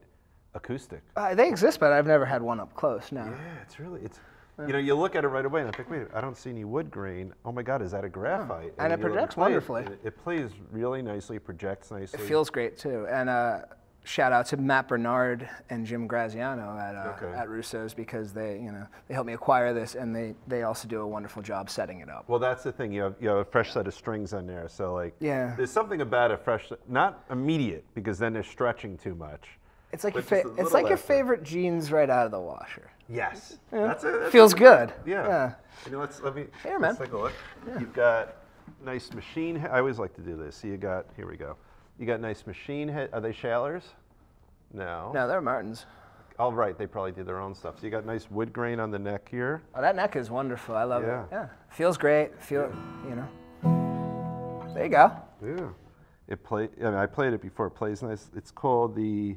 [SPEAKER 2] acoustic.
[SPEAKER 3] Uh, they exist, but I've never had one up close. No.
[SPEAKER 2] Yeah, it's really, it's, you know, you look at it right away and I think, wait, I don't see any wood grain. Oh my God, is that a graphite?
[SPEAKER 3] And it
[SPEAKER 2] you let
[SPEAKER 3] projects
[SPEAKER 2] play it,
[SPEAKER 3] wonderfully.
[SPEAKER 2] and It, it plays really nicely, projects nicely.
[SPEAKER 3] It feels great too. And uh, shout out to Matt Bernard and Jim Graziano at uh,
[SPEAKER 2] Okay.
[SPEAKER 3] at Russo's because they you know they helped me acquire this and they they also do a wonderful job setting it up.
[SPEAKER 2] well, that's the thing. You have you have a fresh set of strings on there, so like,
[SPEAKER 3] Yeah.
[SPEAKER 2] there's something about a fresh, not immediate because then they're stretching too much.
[SPEAKER 3] It's like your
[SPEAKER 2] But just
[SPEAKER 3] fa-
[SPEAKER 2] a
[SPEAKER 3] it's
[SPEAKER 2] little
[SPEAKER 3] like your
[SPEAKER 2] after.
[SPEAKER 3] favorite jeans right out of the washer.
[SPEAKER 2] Yes, that's it. that's
[SPEAKER 3] Feels good.
[SPEAKER 2] Yeah. I mean, let's let me.
[SPEAKER 3] Here,
[SPEAKER 2] let's
[SPEAKER 3] man.
[SPEAKER 2] Take a look. You've got nice machine. He- I always like to do this. So you got here we go. You got nice machine head. Are they Shallers? No.
[SPEAKER 3] No, they're Martins.
[SPEAKER 2] All Oh, right. They probably do their own stuff. So you got nice wood grain on the neck here.
[SPEAKER 3] Oh, that neck is wonderful. I love
[SPEAKER 2] Yeah.
[SPEAKER 3] it. Yeah. Feels great. Feel you know. There you go.
[SPEAKER 2] Yeah. It play. I mean, I played it before. It plays nice. It's called the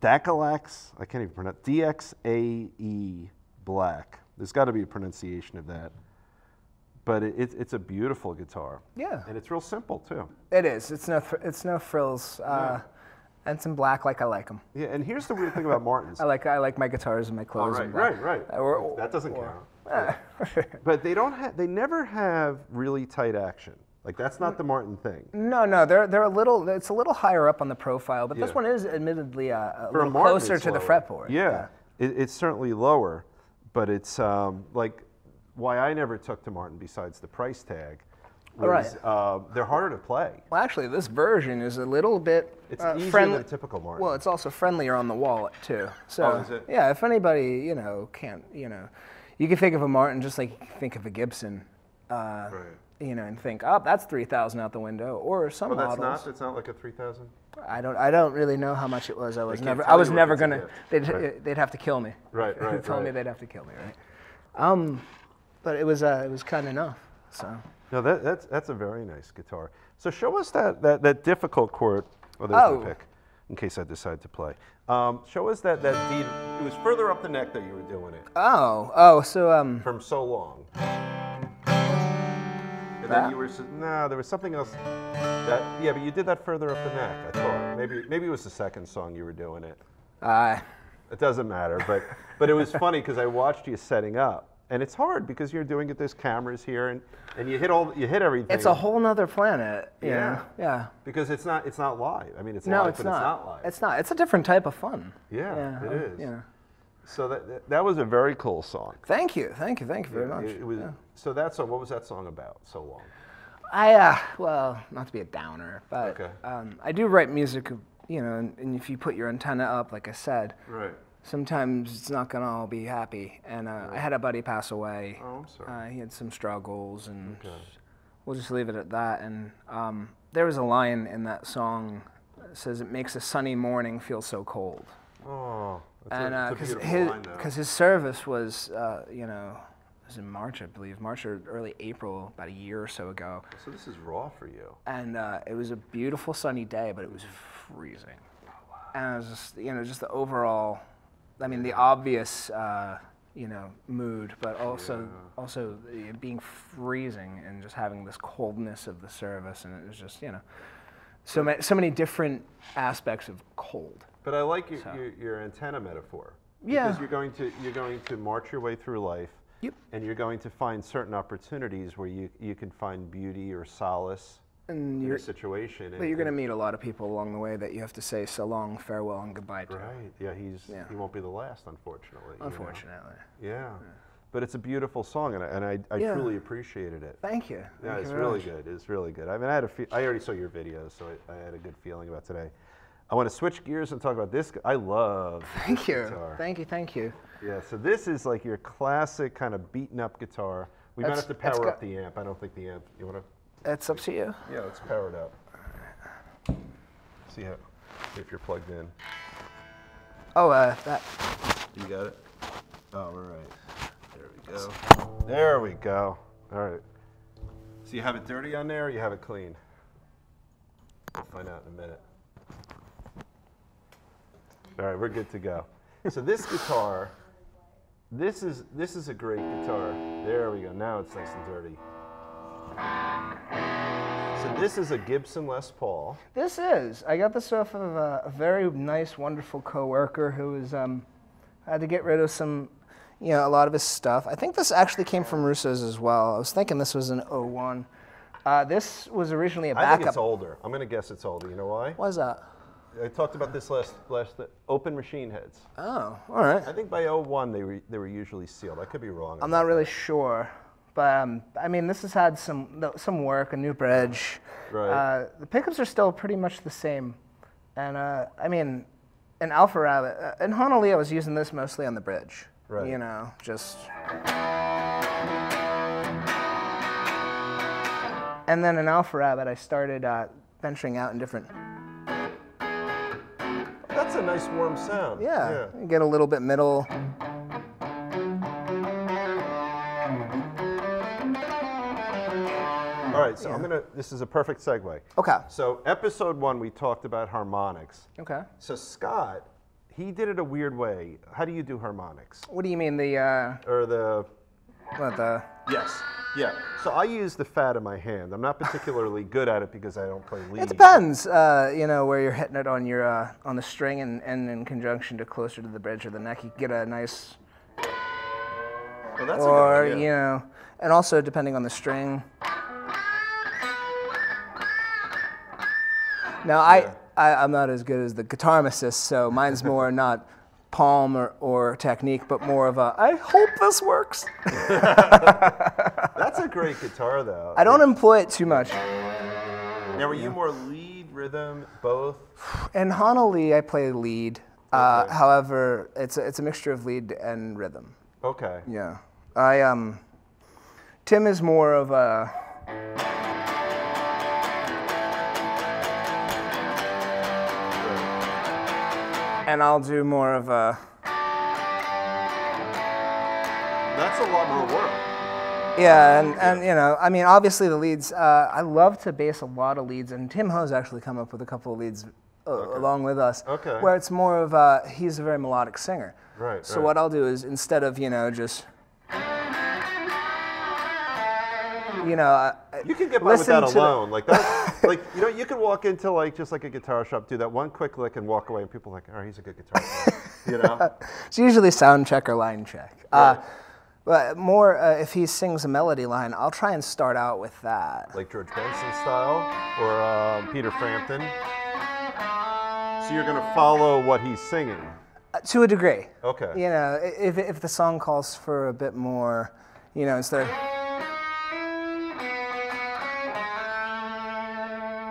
[SPEAKER 2] Dacalax. I can't even pronounce D X A E Black. There's got to be a pronunciation of that. But it, it's it's a beautiful guitar.
[SPEAKER 3] Yeah.
[SPEAKER 2] And it's real simple too.
[SPEAKER 3] It is. It's no thr- it's no frills. Uh, And some black, like I like them.
[SPEAKER 2] Yeah, and here's the weird thing about [laughs] Martins.
[SPEAKER 3] I like I like my guitars and my
[SPEAKER 2] Oh,
[SPEAKER 3] clothes. in
[SPEAKER 2] right,
[SPEAKER 3] black.
[SPEAKER 2] right, right.
[SPEAKER 3] Uh, or-
[SPEAKER 2] that doesn't
[SPEAKER 3] or-
[SPEAKER 2] count. But they don't have. They never have really tight action. Like that's not the Martin thing.
[SPEAKER 3] No, no, they're they're a little. It's a little higher up on the profile, but this
[SPEAKER 2] Yeah.
[SPEAKER 3] one is admittedly uh, a
[SPEAKER 2] For a
[SPEAKER 3] little
[SPEAKER 2] Martin,
[SPEAKER 3] closer
[SPEAKER 2] it's
[SPEAKER 3] to the
[SPEAKER 2] lower.
[SPEAKER 3] fretboard.
[SPEAKER 2] Yeah, It, it's certainly lower, but it's um, like why I never took to Martin besides the price tag was,
[SPEAKER 3] right.
[SPEAKER 2] uh, they're harder to play.
[SPEAKER 3] Well, actually, this version is a little bit.
[SPEAKER 2] It's
[SPEAKER 3] uh,
[SPEAKER 2] easier
[SPEAKER 3] friendly.
[SPEAKER 2] than typical Martin.
[SPEAKER 3] Well, it's also friendlier on the wallet too. So
[SPEAKER 2] Oh, is it?
[SPEAKER 3] yeah, if anybody you know can't you know, you can think of a Martin just like you can think of a Gibson. Uh,
[SPEAKER 2] Right.
[SPEAKER 3] You know, and think, oh, that's three thousand out the window, or some
[SPEAKER 2] Oh, that's
[SPEAKER 3] models.
[SPEAKER 2] not. That's not like a three thousand.
[SPEAKER 3] I don't. I don't really know how much it was. I was
[SPEAKER 2] can't
[SPEAKER 3] never.
[SPEAKER 2] tell
[SPEAKER 3] I was
[SPEAKER 2] you if
[SPEAKER 3] never
[SPEAKER 2] it's a
[SPEAKER 3] gonna. They'd,
[SPEAKER 2] gift. Right.
[SPEAKER 3] they'd have to kill me.
[SPEAKER 2] Right,
[SPEAKER 3] [laughs] They
[SPEAKER 2] right,
[SPEAKER 3] told me
[SPEAKER 2] right.
[SPEAKER 3] they'd have to kill me. Right. Um, but it was. Uh, it was kind enough. So.
[SPEAKER 2] No, that, that's that's a very nice guitar. So show us that that, that difficult chord. Oh, there's
[SPEAKER 3] Oh.
[SPEAKER 2] my pick. In case I decide to play, um, show us that that D. It was further up the neck that you were doing it
[SPEAKER 3] Oh. Oh. So um.
[SPEAKER 2] from so long. And
[SPEAKER 3] That?
[SPEAKER 2] then you were s- no, there was something else. That yeah, but you did that further up the neck. I thought maybe maybe it was the second song you were doing it.
[SPEAKER 3] Uh,
[SPEAKER 2] It doesn't matter, but [laughs] but it was funny because I watched you setting up, and it's hard because you're doing it. There's cameras here, and and you hit all you hit everything.
[SPEAKER 3] it's a whole nother planet. you
[SPEAKER 2] Yeah.
[SPEAKER 3] know? Yeah.
[SPEAKER 2] because it's not it's not live. I mean, it's
[SPEAKER 3] No,
[SPEAKER 2] live,
[SPEAKER 3] it's
[SPEAKER 2] but
[SPEAKER 3] not.
[SPEAKER 2] it's not live.
[SPEAKER 3] It's not. It's a different type of fun.
[SPEAKER 2] Yeah, it
[SPEAKER 3] um,
[SPEAKER 2] is.
[SPEAKER 3] Yeah.
[SPEAKER 2] so that, that that was a very cool song.
[SPEAKER 3] Thank you. Thank you. Thank you very much.
[SPEAKER 2] It, it was so that song. What was that song about? So long.
[SPEAKER 3] I uh, well, not to be a downer, but
[SPEAKER 2] Okay.
[SPEAKER 3] um, I do write music. You know, and, and if you put your antenna up, like I said,
[SPEAKER 2] Right.
[SPEAKER 3] sometimes it's not gonna all be happy. And uh, I had a buddy pass away.
[SPEAKER 2] Oh, I'm sorry.
[SPEAKER 3] Uh, he had some struggles, and we'll just leave it at that. And um, there was a line in that song that says, "It makes a sunny morning feel so cold."
[SPEAKER 2] Oh, it's
[SPEAKER 3] and
[SPEAKER 2] a, it's
[SPEAKER 3] because
[SPEAKER 2] a beautiful
[SPEAKER 3] his
[SPEAKER 2] line, though.
[SPEAKER 3] because his service was uh, you know it was in March I believe March or early April about a year or so ago
[SPEAKER 2] So this is raw for you.
[SPEAKER 3] and uh, it was a beautiful sunny day but it was freezing and it was just you know just the overall I mean the obvious uh, you know mood but also also it being freezing and just having this coldness of the service and it was just you know so ma- so many different aspects of cold
[SPEAKER 2] But I like your, your, your antenna metaphor.
[SPEAKER 3] Yeah.
[SPEAKER 2] Because you're going to you're going to march your way through life.
[SPEAKER 3] Yep.
[SPEAKER 2] And you're going to find certain opportunities where you, you can find beauty or solace
[SPEAKER 3] and
[SPEAKER 2] in
[SPEAKER 3] you're
[SPEAKER 2] a situation.
[SPEAKER 3] But you're going to meet a lot of people along the way that you have to say so long, farewell, and goodbye to.
[SPEAKER 2] right. Yeah, he's
[SPEAKER 3] Yeah.
[SPEAKER 2] he won't be the last, unfortunately. you know?
[SPEAKER 3] Unfortunately.
[SPEAKER 2] Yeah. But it's a beautiful song, and I, and I, I
[SPEAKER 3] Yeah.
[SPEAKER 2] truly appreciated it.
[SPEAKER 3] Thank you.
[SPEAKER 2] Yeah,
[SPEAKER 3] Thank you
[SPEAKER 2] it's
[SPEAKER 3] very
[SPEAKER 2] really
[SPEAKER 3] much.
[SPEAKER 2] good. It's really good. I mean, I had a fe- I already saw your videos, so I, I had a good feeling about today. I want to switch gears and talk about this. gu- I love.
[SPEAKER 3] Thank
[SPEAKER 2] this
[SPEAKER 3] you.
[SPEAKER 2] guitar.
[SPEAKER 3] Thank you. Thank you.
[SPEAKER 2] Yeah, so this is like your classic kind of beaten up guitar. We might
[SPEAKER 3] That's-
[SPEAKER 2] have to
[SPEAKER 3] that's
[SPEAKER 2] power
[SPEAKER 3] got-
[SPEAKER 2] up the amp. I don't think the amp. You want to?
[SPEAKER 3] That's up to you.
[SPEAKER 2] Yeah, let's power it up. See how see if you're plugged in.
[SPEAKER 3] Oh, uh, that.
[SPEAKER 2] You got it. Oh, all right. There we go. There we go. All right. So you have it dirty on there, or you have it clean? We'll find out in a minute. All right, we're good to go. so this guitar, this is this is a great guitar. There we go. Now it's nice and dirty. So this is a Gibson Les Paul.
[SPEAKER 3] This is. I got this off of a, a very nice, wonderful coworker who was um, had to get rid of some, you know, a lot of his stuff. I think this actually came from Russo's as well. I was thinking this was an 01. Uh, this was originally a
[SPEAKER 2] I think
[SPEAKER 3] backup.
[SPEAKER 2] it's older. I'm gonna guess it's older. You know why?
[SPEAKER 3] What is that?
[SPEAKER 2] I talked about this last last open machine heads.
[SPEAKER 3] Oh, all right.
[SPEAKER 2] I think by 01 they were they were usually sealed. I could be wrong.
[SPEAKER 3] I'm not really sure, but um, I mean, this has had some th- some work, a new bridge.
[SPEAKER 2] Right.
[SPEAKER 3] Uh, the pickups are still pretty much the same, and uh, I mean, in Alpha Rabbit, uh, in Honolulu, I was using this mostly on the bridge.
[SPEAKER 2] Right.
[SPEAKER 3] You know, just. And then in Alpha Rabbit, I started uh, venturing out in different.
[SPEAKER 2] That's a nice warm sound.
[SPEAKER 3] Yeah, Get a little bit middle.
[SPEAKER 2] All right. So I'm gonna. This is a perfect segue.
[SPEAKER 3] Okay.
[SPEAKER 2] So episode one we talked about harmonics.
[SPEAKER 3] Okay.
[SPEAKER 2] So Scott, he did it a weird way. How do you do harmonics?
[SPEAKER 3] What do you mean the uh,
[SPEAKER 2] Or the
[SPEAKER 3] what the?
[SPEAKER 2] yes. Yeah. So I use the fat in my hand. I'm not particularly good at it because I don't play lead.
[SPEAKER 3] It depends, uh, you know, where you're hitting it on your uh, on the string and, and in conjunction to closer to the bridge or the neck, you get a nice
[SPEAKER 2] Well, that's
[SPEAKER 3] or
[SPEAKER 2] a good idea.
[SPEAKER 3] you know, and also depending on the string. Now I, I I'm not as good as the guitarmicist, so mine's
[SPEAKER 2] [laughs]
[SPEAKER 3] more not palm or, or technique, but more of a I hope this works.
[SPEAKER 2] That's a great guitar, though. [laughs]
[SPEAKER 3] I don't employ it too much.
[SPEAKER 2] Now, were you more lead, rhythm, both?
[SPEAKER 3] In Honolulu, I play lead. Uh, However, it's a, it's a mixture of lead and rhythm.
[SPEAKER 2] Okay.
[SPEAKER 3] Yeah, I um, Tim is more of a. And I'll do more of a.
[SPEAKER 2] That's a lot more work.
[SPEAKER 3] Yeah, and, and you know, I mean, obviously the leads. Uh, I love to base a lot of leads, and Tim Ho's actually come up with a couple of leads uh, along with us.
[SPEAKER 2] Okay.
[SPEAKER 3] Where it's more of a, he's a very melodic singer.
[SPEAKER 2] Right,
[SPEAKER 3] So
[SPEAKER 2] right.
[SPEAKER 3] what I'll do is instead of you know just. You know, I- I-
[SPEAKER 2] You can get by with that
[SPEAKER 3] listen to the-
[SPEAKER 2] alone. Like that,
[SPEAKER 3] [laughs]
[SPEAKER 2] like you know, you can walk into like just like a guitar shop, do that one quick lick, and walk away, and people are like, all right, he's a good guitar player. you know?
[SPEAKER 3] it's usually sound check or line check. [laughs] Uh, but more uh, if he sings a melody line, I'll try and start out with that.
[SPEAKER 2] Like George Benson style or um, Peter Frampton. So you're gonna follow what he's singing.
[SPEAKER 3] Uh, to a degree.
[SPEAKER 2] Okay.
[SPEAKER 3] You know, i- if, if the song calls for a bit more, you know, instead of.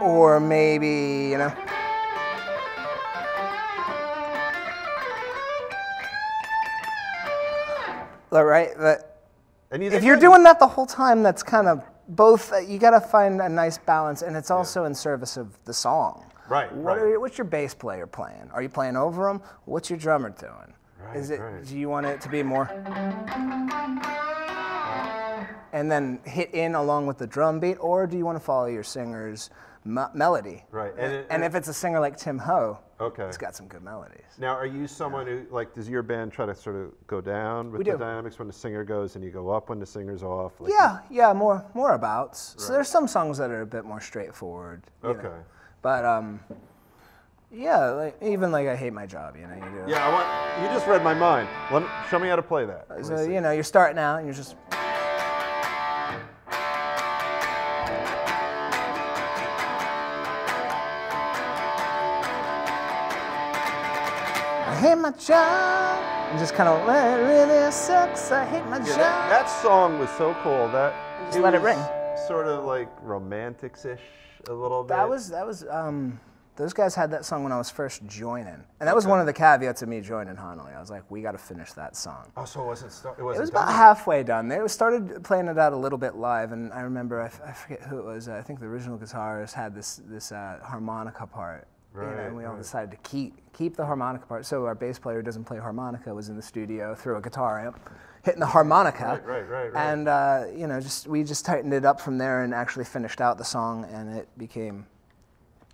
[SPEAKER 3] Or maybe, you know. All right, but
[SPEAKER 2] And you
[SPEAKER 3] if
[SPEAKER 2] think
[SPEAKER 3] you're
[SPEAKER 2] that-
[SPEAKER 3] doing that the whole time, that's kind of both. uh, You got to find a nice balance, and it's also in service of the song.
[SPEAKER 2] Right,
[SPEAKER 3] What
[SPEAKER 2] right.
[SPEAKER 3] Are, what's your bass player playing? Are you playing over him? What's your drummer doing? Is
[SPEAKER 2] Right,
[SPEAKER 3] it?
[SPEAKER 2] right.
[SPEAKER 3] Do you want it to be more? And then hit in along with the drum beat, or do you want to follow your singer's m- melody?
[SPEAKER 2] Right, and it- Oh.
[SPEAKER 3] and if it's a singer like Tim Ho,
[SPEAKER 2] Okay.
[SPEAKER 3] it's got some good melodies.
[SPEAKER 2] Now, are you someone who, like, does your band try to sort of go down with
[SPEAKER 3] We
[SPEAKER 2] the
[SPEAKER 3] do.
[SPEAKER 2] dynamics when the singer goes and you go up when the singer's off? Like,
[SPEAKER 3] Yeah, yeah, more more abouts. So there's some songs that are a bit more straightforward. you know.
[SPEAKER 2] Okay.
[SPEAKER 3] But um, yeah, like even like I hate my job, you know. You do.
[SPEAKER 2] Yeah, I want, you just read my mind. Let me, show me how to play that. Let me
[SPEAKER 3] So
[SPEAKER 2] see.
[SPEAKER 3] you know, you're starting out and you're just. I hate my job. And just kind of, it really sucks. I hate my
[SPEAKER 2] Yeah,
[SPEAKER 3] job.
[SPEAKER 2] that, that song was so cool. That
[SPEAKER 3] Just let it
[SPEAKER 2] was
[SPEAKER 3] ring.
[SPEAKER 2] Sort of like romantics-ish a little bit.
[SPEAKER 3] That was that was um, those guys had that song when I was first joining, and that was one of the caveats of me joining Hanoi. I was like, we got to finish that song.
[SPEAKER 2] Oh, so it wasn't. Star- it
[SPEAKER 3] It
[SPEAKER 2] wasn't.
[SPEAKER 3] was about
[SPEAKER 2] done?
[SPEAKER 3] halfway done. They started playing it out a little bit live, and I remember I, f- I forget who it was. uh, I think the original guitarist had this this uh, harmonica part. You know,
[SPEAKER 2] Right,
[SPEAKER 3] and we all
[SPEAKER 2] right.
[SPEAKER 3] decided to keep keep the harmonica part. So our bass player who doesn't play harmonica was in the studio, threw a guitar amp, hitting the harmonica.
[SPEAKER 2] Right, right, right, right.
[SPEAKER 3] And uh, you know, just we just tightened it up from there and actually finished out the song, and it became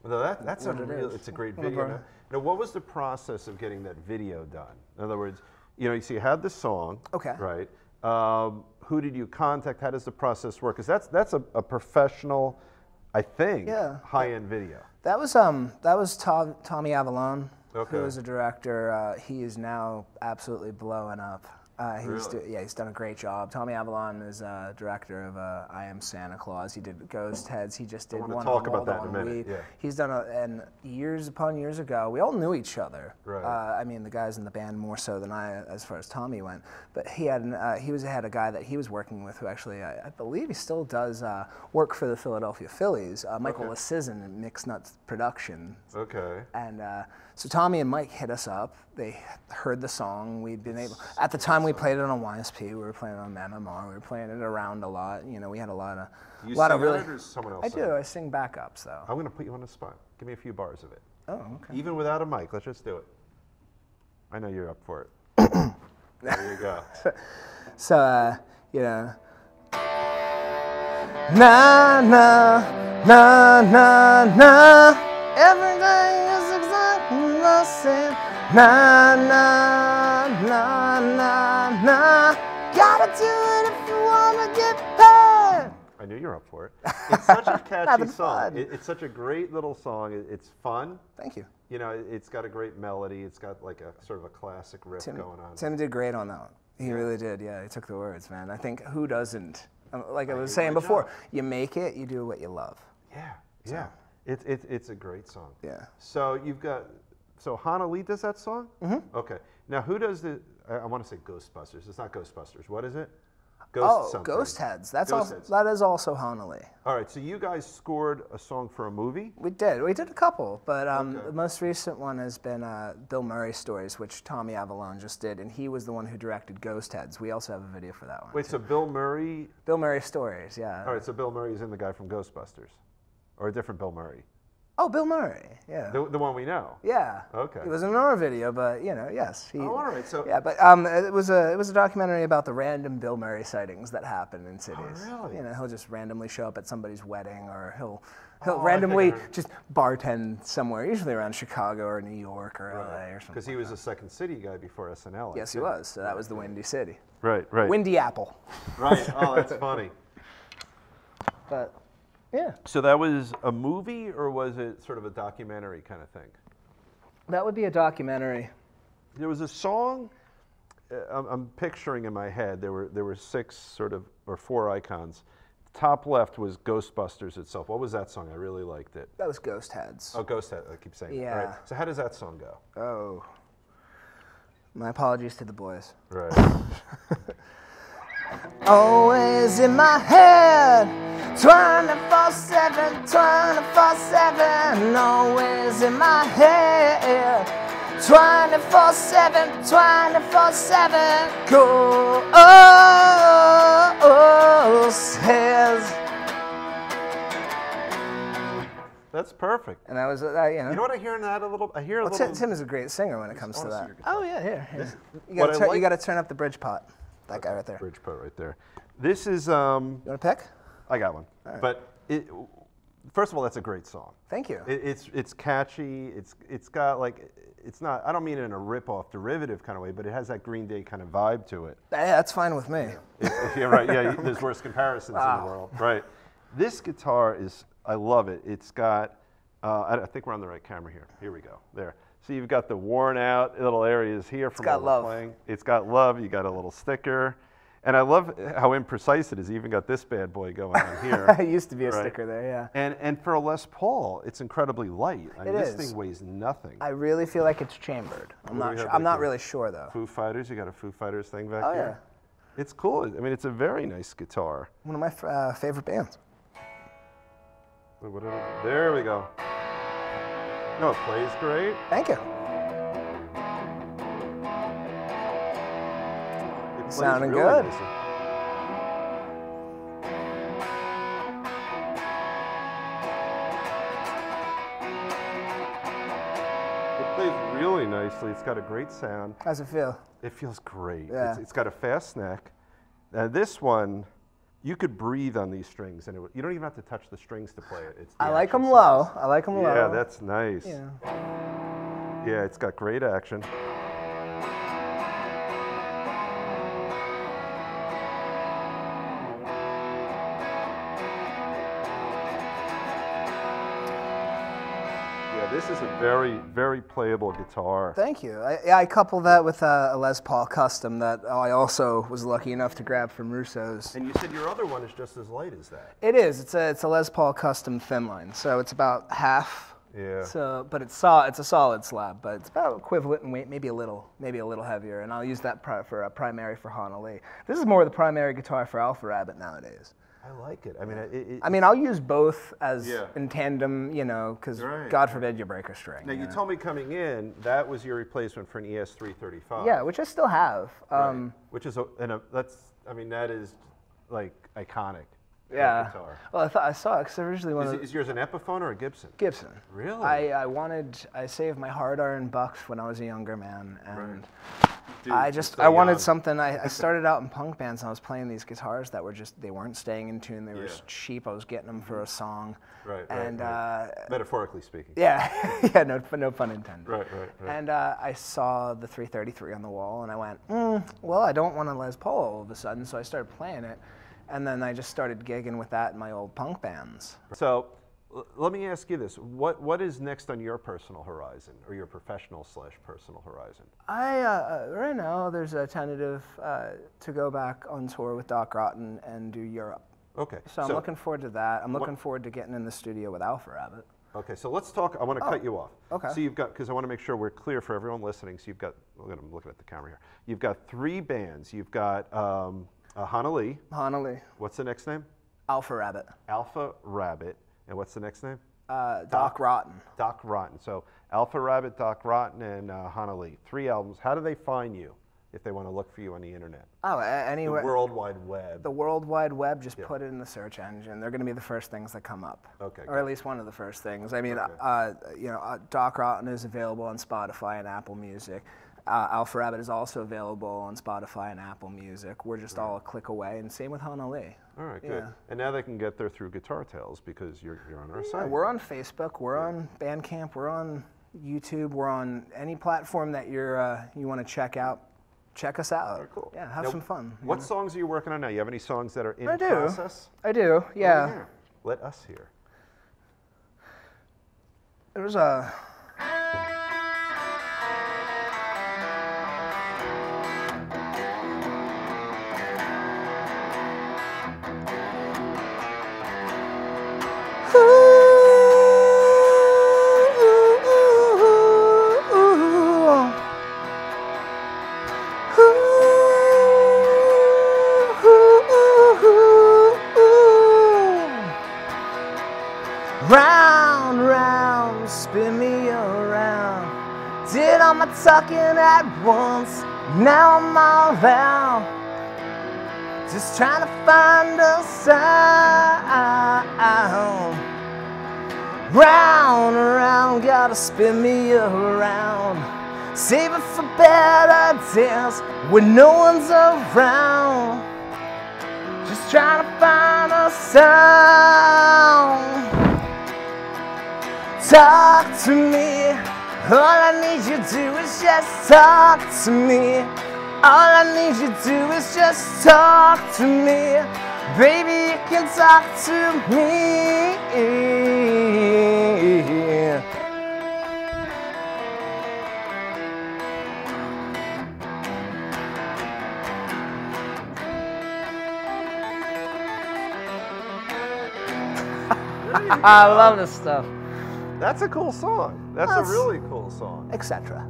[SPEAKER 2] No, that, that's a
[SPEAKER 3] What it
[SPEAKER 2] real.
[SPEAKER 3] is.
[SPEAKER 2] It's a great
[SPEAKER 3] One of
[SPEAKER 2] video.
[SPEAKER 3] our-
[SPEAKER 2] Now, now, what was the process of getting that video done? In other words, you know, you see, you had the song.
[SPEAKER 3] Okay.
[SPEAKER 2] Right. Um, who did you contact? How does the process work? Because that's that's a, a professional, I think.
[SPEAKER 3] Yeah.
[SPEAKER 2] High-end video.
[SPEAKER 3] That was um that was Tom, Tommy Avalon,
[SPEAKER 2] Okay.
[SPEAKER 3] who is a director. Uh, he is now absolutely blowing up. Uh, he's
[SPEAKER 2] Really?
[SPEAKER 3] do- yeah, he's done a great job. Tommy Avalon is uh, director of uh, I Am Santa Claus. He did Ghost Heads. He just did
[SPEAKER 2] wanna
[SPEAKER 3] one
[SPEAKER 2] talk
[SPEAKER 3] on
[SPEAKER 2] about that
[SPEAKER 3] Waldo
[SPEAKER 2] in a
[SPEAKER 3] on
[SPEAKER 2] minute,
[SPEAKER 3] Weed.
[SPEAKER 2] yeah.
[SPEAKER 3] He's done a, and years upon years ago, we all knew each other.
[SPEAKER 2] Right.
[SPEAKER 3] Uh, I mean, the guys in the band more so than I, as far as Tommy went. But he had an, uh, he was had a guy that he was working with who actually I, I believe he still does uh, work for the Philadelphia Phillies. Uh, Michael okay. in Mix Nuts Production.
[SPEAKER 2] Okay.
[SPEAKER 3] And uh, so Tommy and Mike hit us up. They heard the song. We'd been able at the time we played it on YSP. We were playing it on MMR. We were playing it around a lot. You know, we had a lot of
[SPEAKER 2] You
[SPEAKER 3] lot of
[SPEAKER 2] sing on
[SPEAKER 3] really.
[SPEAKER 2] it or does someone else
[SPEAKER 3] I
[SPEAKER 2] sing
[SPEAKER 3] do.
[SPEAKER 2] it?
[SPEAKER 3] I sing backups though.
[SPEAKER 2] I'm going to put you on the spot. Give me a few bars of it.
[SPEAKER 3] Oh, okay.
[SPEAKER 2] Even without a mic, let's just do it. I know you're up for
[SPEAKER 3] [coughs]
[SPEAKER 2] it. there you go.
[SPEAKER 3] So, uh, you know. Na na na na na. Everything is exactly the same. Na na na na na. Gotta do it if you wanna get paid.
[SPEAKER 2] I knew you were up for
[SPEAKER 3] [laughs]
[SPEAKER 2] it. It's such a catchy
[SPEAKER 3] Having
[SPEAKER 2] song.
[SPEAKER 3] fun.
[SPEAKER 2] It- it's such a great little song. It- it's fun.
[SPEAKER 3] Thank you.
[SPEAKER 2] You know, it- it's got a great melody. It's got like a sort of a classic riff
[SPEAKER 3] Tim,
[SPEAKER 2] going on.
[SPEAKER 3] Tim did great on that one. He really did. Yeah, he took the words, man. I think who doesn't? Um, Like I was saying
[SPEAKER 2] my
[SPEAKER 3] before,
[SPEAKER 2] job.
[SPEAKER 3] you make it, you do what you love.
[SPEAKER 2] Yeah, yeah. It's it, it's a great song.
[SPEAKER 3] Yeah.
[SPEAKER 2] So you've got so Hana Lee does that song. Mm-hmm. Okay. Now who does the? I, I want to say Ghostbusters. It's not Ghostbusters. What is it? Ghost
[SPEAKER 3] oh,
[SPEAKER 2] something.
[SPEAKER 3] Ghost Heads. That's
[SPEAKER 2] Ghost
[SPEAKER 3] also
[SPEAKER 2] Heads.
[SPEAKER 3] that is also Honolulu.
[SPEAKER 2] All right, so you guys scored a song for a movie.
[SPEAKER 3] We did. We did a couple, but um, the most recent one has been uh, Bill Murray stories, which Tommy Avalon just did, and he was the one who directed Ghost Heads. We also have a video for that one.
[SPEAKER 2] Wait, so Bill Murray.
[SPEAKER 3] Bill Murray stories, yeah.
[SPEAKER 2] All right, so Bill Murray is in the guy from Ghostbusters, or a different Bill Murray,
[SPEAKER 3] Oh, Bill Murray. Yeah.
[SPEAKER 2] the, the one we know.
[SPEAKER 3] yeah.
[SPEAKER 2] Okay.
[SPEAKER 3] It was in our video, but you know, yes. He,
[SPEAKER 2] Oh, all right, so-
[SPEAKER 3] yeah, but um, it was a it was a documentary about the random Bill Murray sightings that happen in cities.
[SPEAKER 2] Oh, really?
[SPEAKER 3] You know, he'll just randomly show up at somebody's wedding, or he'll he'll
[SPEAKER 2] think Oh, I
[SPEAKER 3] randomly
[SPEAKER 2] heard-
[SPEAKER 3] just bartend somewhere, usually around Chicago or New York or LA or something.
[SPEAKER 2] Because he was a Second City guy before SNL. I
[SPEAKER 3] Yes, he
[SPEAKER 2] think.
[SPEAKER 3] was. So that was the Windy City.
[SPEAKER 2] Right, right,
[SPEAKER 3] Windy Apple.
[SPEAKER 2] right. Oh, that's funny.
[SPEAKER 3] But yeah,
[SPEAKER 2] So that was a movie, or was it sort of a documentary kind of thing?
[SPEAKER 3] that would be a documentary.
[SPEAKER 2] There was a song. uh, I'm, I'm picturing in my head. There were there were six sort of or four icons. Top left was Ghostbusters itself. What was that song? I really liked it.
[SPEAKER 3] That was Ghost Heads.
[SPEAKER 2] Oh, Ghost Head. I keep saying. that. All
[SPEAKER 3] Yeah.
[SPEAKER 2] right. So how does that song go?
[SPEAKER 3] Oh. My apologies to the boys.
[SPEAKER 2] Right.
[SPEAKER 3] Always in my head. 24 7, 24 7. Always in my head. 24 7, 24 7. Ghost Heads.
[SPEAKER 2] That's perfect.
[SPEAKER 3] And that was, uh, you know.
[SPEAKER 2] You know what I hear in that a little? I hear a
[SPEAKER 3] Well, Tim,
[SPEAKER 2] little.
[SPEAKER 3] Tim is a great singer when it comes to
[SPEAKER 2] wanna see
[SPEAKER 3] that.
[SPEAKER 2] your guitar.
[SPEAKER 3] Oh yeah, here. here. You,
[SPEAKER 2] what
[SPEAKER 3] gotta
[SPEAKER 2] I
[SPEAKER 3] turn,
[SPEAKER 2] like-
[SPEAKER 3] you gotta turn up the bridge pot. That guy right there. You
[SPEAKER 2] Bridge part right there. This is um.
[SPEAKER 3] wanna pick?
[SPEAKER 2] I got one. But it, first of all, that's a great song.
[SPEAKER 3] Thank you.
[SPEAKER 2] It, it's it's catchy. It's it's got like it's not. I don't mean it in a rip-off derivative kind of way, but it has that Green Day kind of vibe to it.
[SPEAKER 3] Eh, that's fine with me. [laughs]
[SPEAKER 2] If- if you're right. [laughs] Yeah, you- there's worse comparisons in the world. Right. This guitar is. I love it. It's got. Uh, I, I think we're on the right camera here. Here we go. There. So you've got the worn-out little areas here from
[SPEAKER 3] got
[SPEAKER 2] all the
[SPEAKER 3] love.
[SPEAKER 2] playing. It's got love. You got a little sticker, and I love how imprecise it is. You even got this bad boy going
[SPEAKER 3] [laughs]
[SPEAKER 2] on here.
[SPEAKER 3] I used to be a
[SPEAKER 2] Right.
[SPEAKER 3] sticker there. Yeah.
[SPEAKER 2] And and for a Les Paul, it's incredibly light. I mean,
[SPEAKER 3] It
[SPEAKER 2] this
[SPEAKER 3] is.
[SPEAKER 2] thing weighs nothing.
[SPEAKER 3] I really feel like it's chambered. I'm
[SPEAKER 2] What do
[SPEAKER 3] not.
[SPEAKER 2] we
[SPEAKER 3] Sure.
[SPEAKER 2] have
[SPEAKER 3] I'm
[SPEAKER 2] back
[SPEAKER 3] not
[SPEAKER 2] here?
[SPEAKER 3] really sure though.
[SPEAKER 2] Foo Fighters, you got a Foo Fighters thing back
[SPEAKER 3] Oh,
[SPEAKER 2] here. Yeah. It's cool. I mean, it's a very nice guitar.
[SPEAKER 3] One of my f- uh, favorite bands.
[SPEAKER 2] Wait, what did I- There we go. No, it plays great.
[SPEAKER 3] Thank you.
[SPEAKER 2] It plays
[SPEAKER 3] Sounding
[SPEAKER 2] really
[SPEAKER 3] good.
[SPEAKER 2] nicely. It plays really nicely. It's got a great sound.
[SPEAKER 3] How's it feel?
[SPEAKER 2] It feels great. It's,
[SPEAKER 3] Yeah.
[SPEAKER 2] it's got a fast neck. Now this one, you could breathe on these strings, and it, would- you don't even have to touch the strings to play it. It's the
[SPEAKER 3] I like
[SPEAKER 2] actual
[SPEAKER 3] them
[SPEAKER 2] sound.
[SPEAKER 3] low. I like them low.
[SPEAKER 2] Yeah, that's nice.
[SPEAKER 3] Yeah.
[SPEAKER 2] Yeah, it's got great action. Yeah, this is a very, very playable guitar.
[SPEAKER 3] Thank you. I, yeah, I couple that with uh, a Les Paul custom that I also was lucky enough to grab from Russo's.
[SPEAKER 2] and you said your other one is just as light as that.
[SPEAKER 3] It is. It's a it's a Les Paul custom thin line, so it's about half.
[SPEAKER 2] Yeah.
[SPEAKER 3] So, but it's sol- It's a solid slab, but it's about equivalent in weight, maybe a little, maybe a little heavier. And I'll use that pri- for a primary for Honolulu. This is more the primary guitar for Alpha Rabbit nowadays.
[SPEAKER 2] I like it. I mean, it, it,
[SPEAKER 3] I mean, I'll use both as
[SPEAKER 2] Yeah.
[SPEAKER 3] in tandem, you know, because
[SPEAKER 2] Right.
[SPEAKER 3] God forbid you break a string.
[SPEAKER 2] Now
[SPEAKER 3] you
[SPEAKER 2] you
[SPEAKER 3] know?
[SPEAKER 2] told me coming in that was your replacement for an E ES335.
[SPEAKER 3] yeah, which I still have.
[SPEAKER 2] right?
[SPEAKER 3] Um,
[SPEAKER 2] which is a, and a, that's I mean that is like iconic. for a
[SPEAKER 3] Yeah.
[SPEAKER 2] Guitar.
[SPEAKER 3] Well, I thought I saw it because originally one
[SPEAKER 2] Is,
[SPEAKER 3] of
[SPEAKER 2] it- is yours an Epiphone or a Gibson?
[SPEAKER 3] Gibson.
[SPEAKER 2] Really?
[SPEAKER 3] I, I wanted I saved my hard earned bucks when I was a younger man and
[SPEAKER 2] Dude,
[SPEAKER 3] I
[SPEAKER 2] you're
[SPEAKER 3] just
[SPEAKER 2] so
[SPEAKER 3] I wanted
[SPEAKER 2] young.
[SPEAKER 3] something
[SPEAKER 2] [laughs]
[SPEAKER 3] I, I started out in punk bands and I was playing these guitars that were just they weren't staying in tune, they were
[SPEAKER 2] Yeah. Mm-hmm.
[SPEAKER 3] just cheap. I was getting them for a song.
[SPEAKER 2] Right. right,
[SPEAKER 3] And
[SPEAKER 2] right.
[SPEAKER 3] uh
[SPEAKER 2] metaphorically speaking.
[SPEAKER 3] yeah, [laughs] yeah, no no pun intended.
[SPEAKER 2] Right, right, right.
[SPEAKER 3] And uh, I saw the 333 on the wall, and I went, mm, well, I don't want a Les Paul all of a sudden, so I started playing it, and then I just started gigging with that in my old punk bands.
[SPEAKER 2] So l- let me ask you this: what what is next on your personal horizon or your professional slash personal horizon?
[SPEAKER 3] I uh, uh, right now there's a tentative uh, to go back on tour with Doc Rotten and do Europe.
[SPEAKER 2] Okay.
[SPEAKER 3] So, I'm looking forward to that. I'm looking forward to getting in the studio with Alpha Rabbit.
[SPEAKER 2] Okay, so let's talk. I want to cut you off.
[SPEAKER 3] Oh, okay.
[SPEAKER 2] So you've got because I want to make sure we're clear for everyone listening. So you've got. Look at I'm looking at the camera here. You've got three bands. You've got um, uh, Hana Lee.
[SPEAKER 3] Honolulu,
[SPEAKER 2] What's the next name?
[SPEAKER 3] Alpha Rabbit,
[SPEAKER 2] Alpha Rabbit. And what's the next name?
[SPEAKER 3] uh, Doc Rotten.
[SPEAKER 2] Doc Rotten. So Alpha Rabbit, Doc Rotten, and uh, Hana Lee. Three albums. How do they find you if they want to look for you on the internet?
[SPEAKER 3] Oh, a-
[SPEAKER 2] The
[SPEAKER 3] anywhere.
[SPEAKER 2] World Wide Web.
[SPEAKER 3] the World Wide Web, just put it in the search engine. They're going to be the first things that come up.
[SPEAKER 2] Okay,
[SPEAKER 3] Or at least one of the first things. I mean, uh, you know, uh, Doc Rotten is available on Spotify and Apple Music. Uh, Alpha Rabbit is also available on Spotify and Apple Music. We're just all a click away, and same with Honolulu.
[SPEAKER 2] All right, good.
[SPEAKER 3] Yeah.
[SPEAKER 2] And now they can get there through Guitar Tales because you're, you're on our
[SPEAKER 3] Yeah,
[SPEAKER 2] site.
[SPEAKER 3] we're on Facebook. We're on Bandcamp. We're on YouTube. We're on any platform that you're uh, you want to check out. Check us out.
[SPEAKER 2] Cool.
[SPEAKER 3] Yeah, have
[SPEAKER 2] Now,
[SPEAKER 3] some fun.
[SPEAKER 2] What songs are you working on now? You have any songs that are in
[SPEAKER 3] I do.
[SPEAKER 2] process?
[SPEAKER 3] I do. Yeah.
[SPEAKER 2] Oh, Yeah. Let us hear.
[SPEAKER 3] There was uh, a. Round, round, spin me around. Did all my talking at once, now I'm all out. Just trying to find a sound. Round, round, gotta spin me around. Save it for better days when no one's around. Just trying to find a sound. Talk to me. All I need you to do is just talk to me. All I need you to do is just talk to me. Baby, you can talk to me. I love this stuff.
[SPEAKER 2] That's a cool song. That's
[SPEAKER 3] That's-
[SPEAKER 2] a really cool song.
[SPEAKER 3] Etc.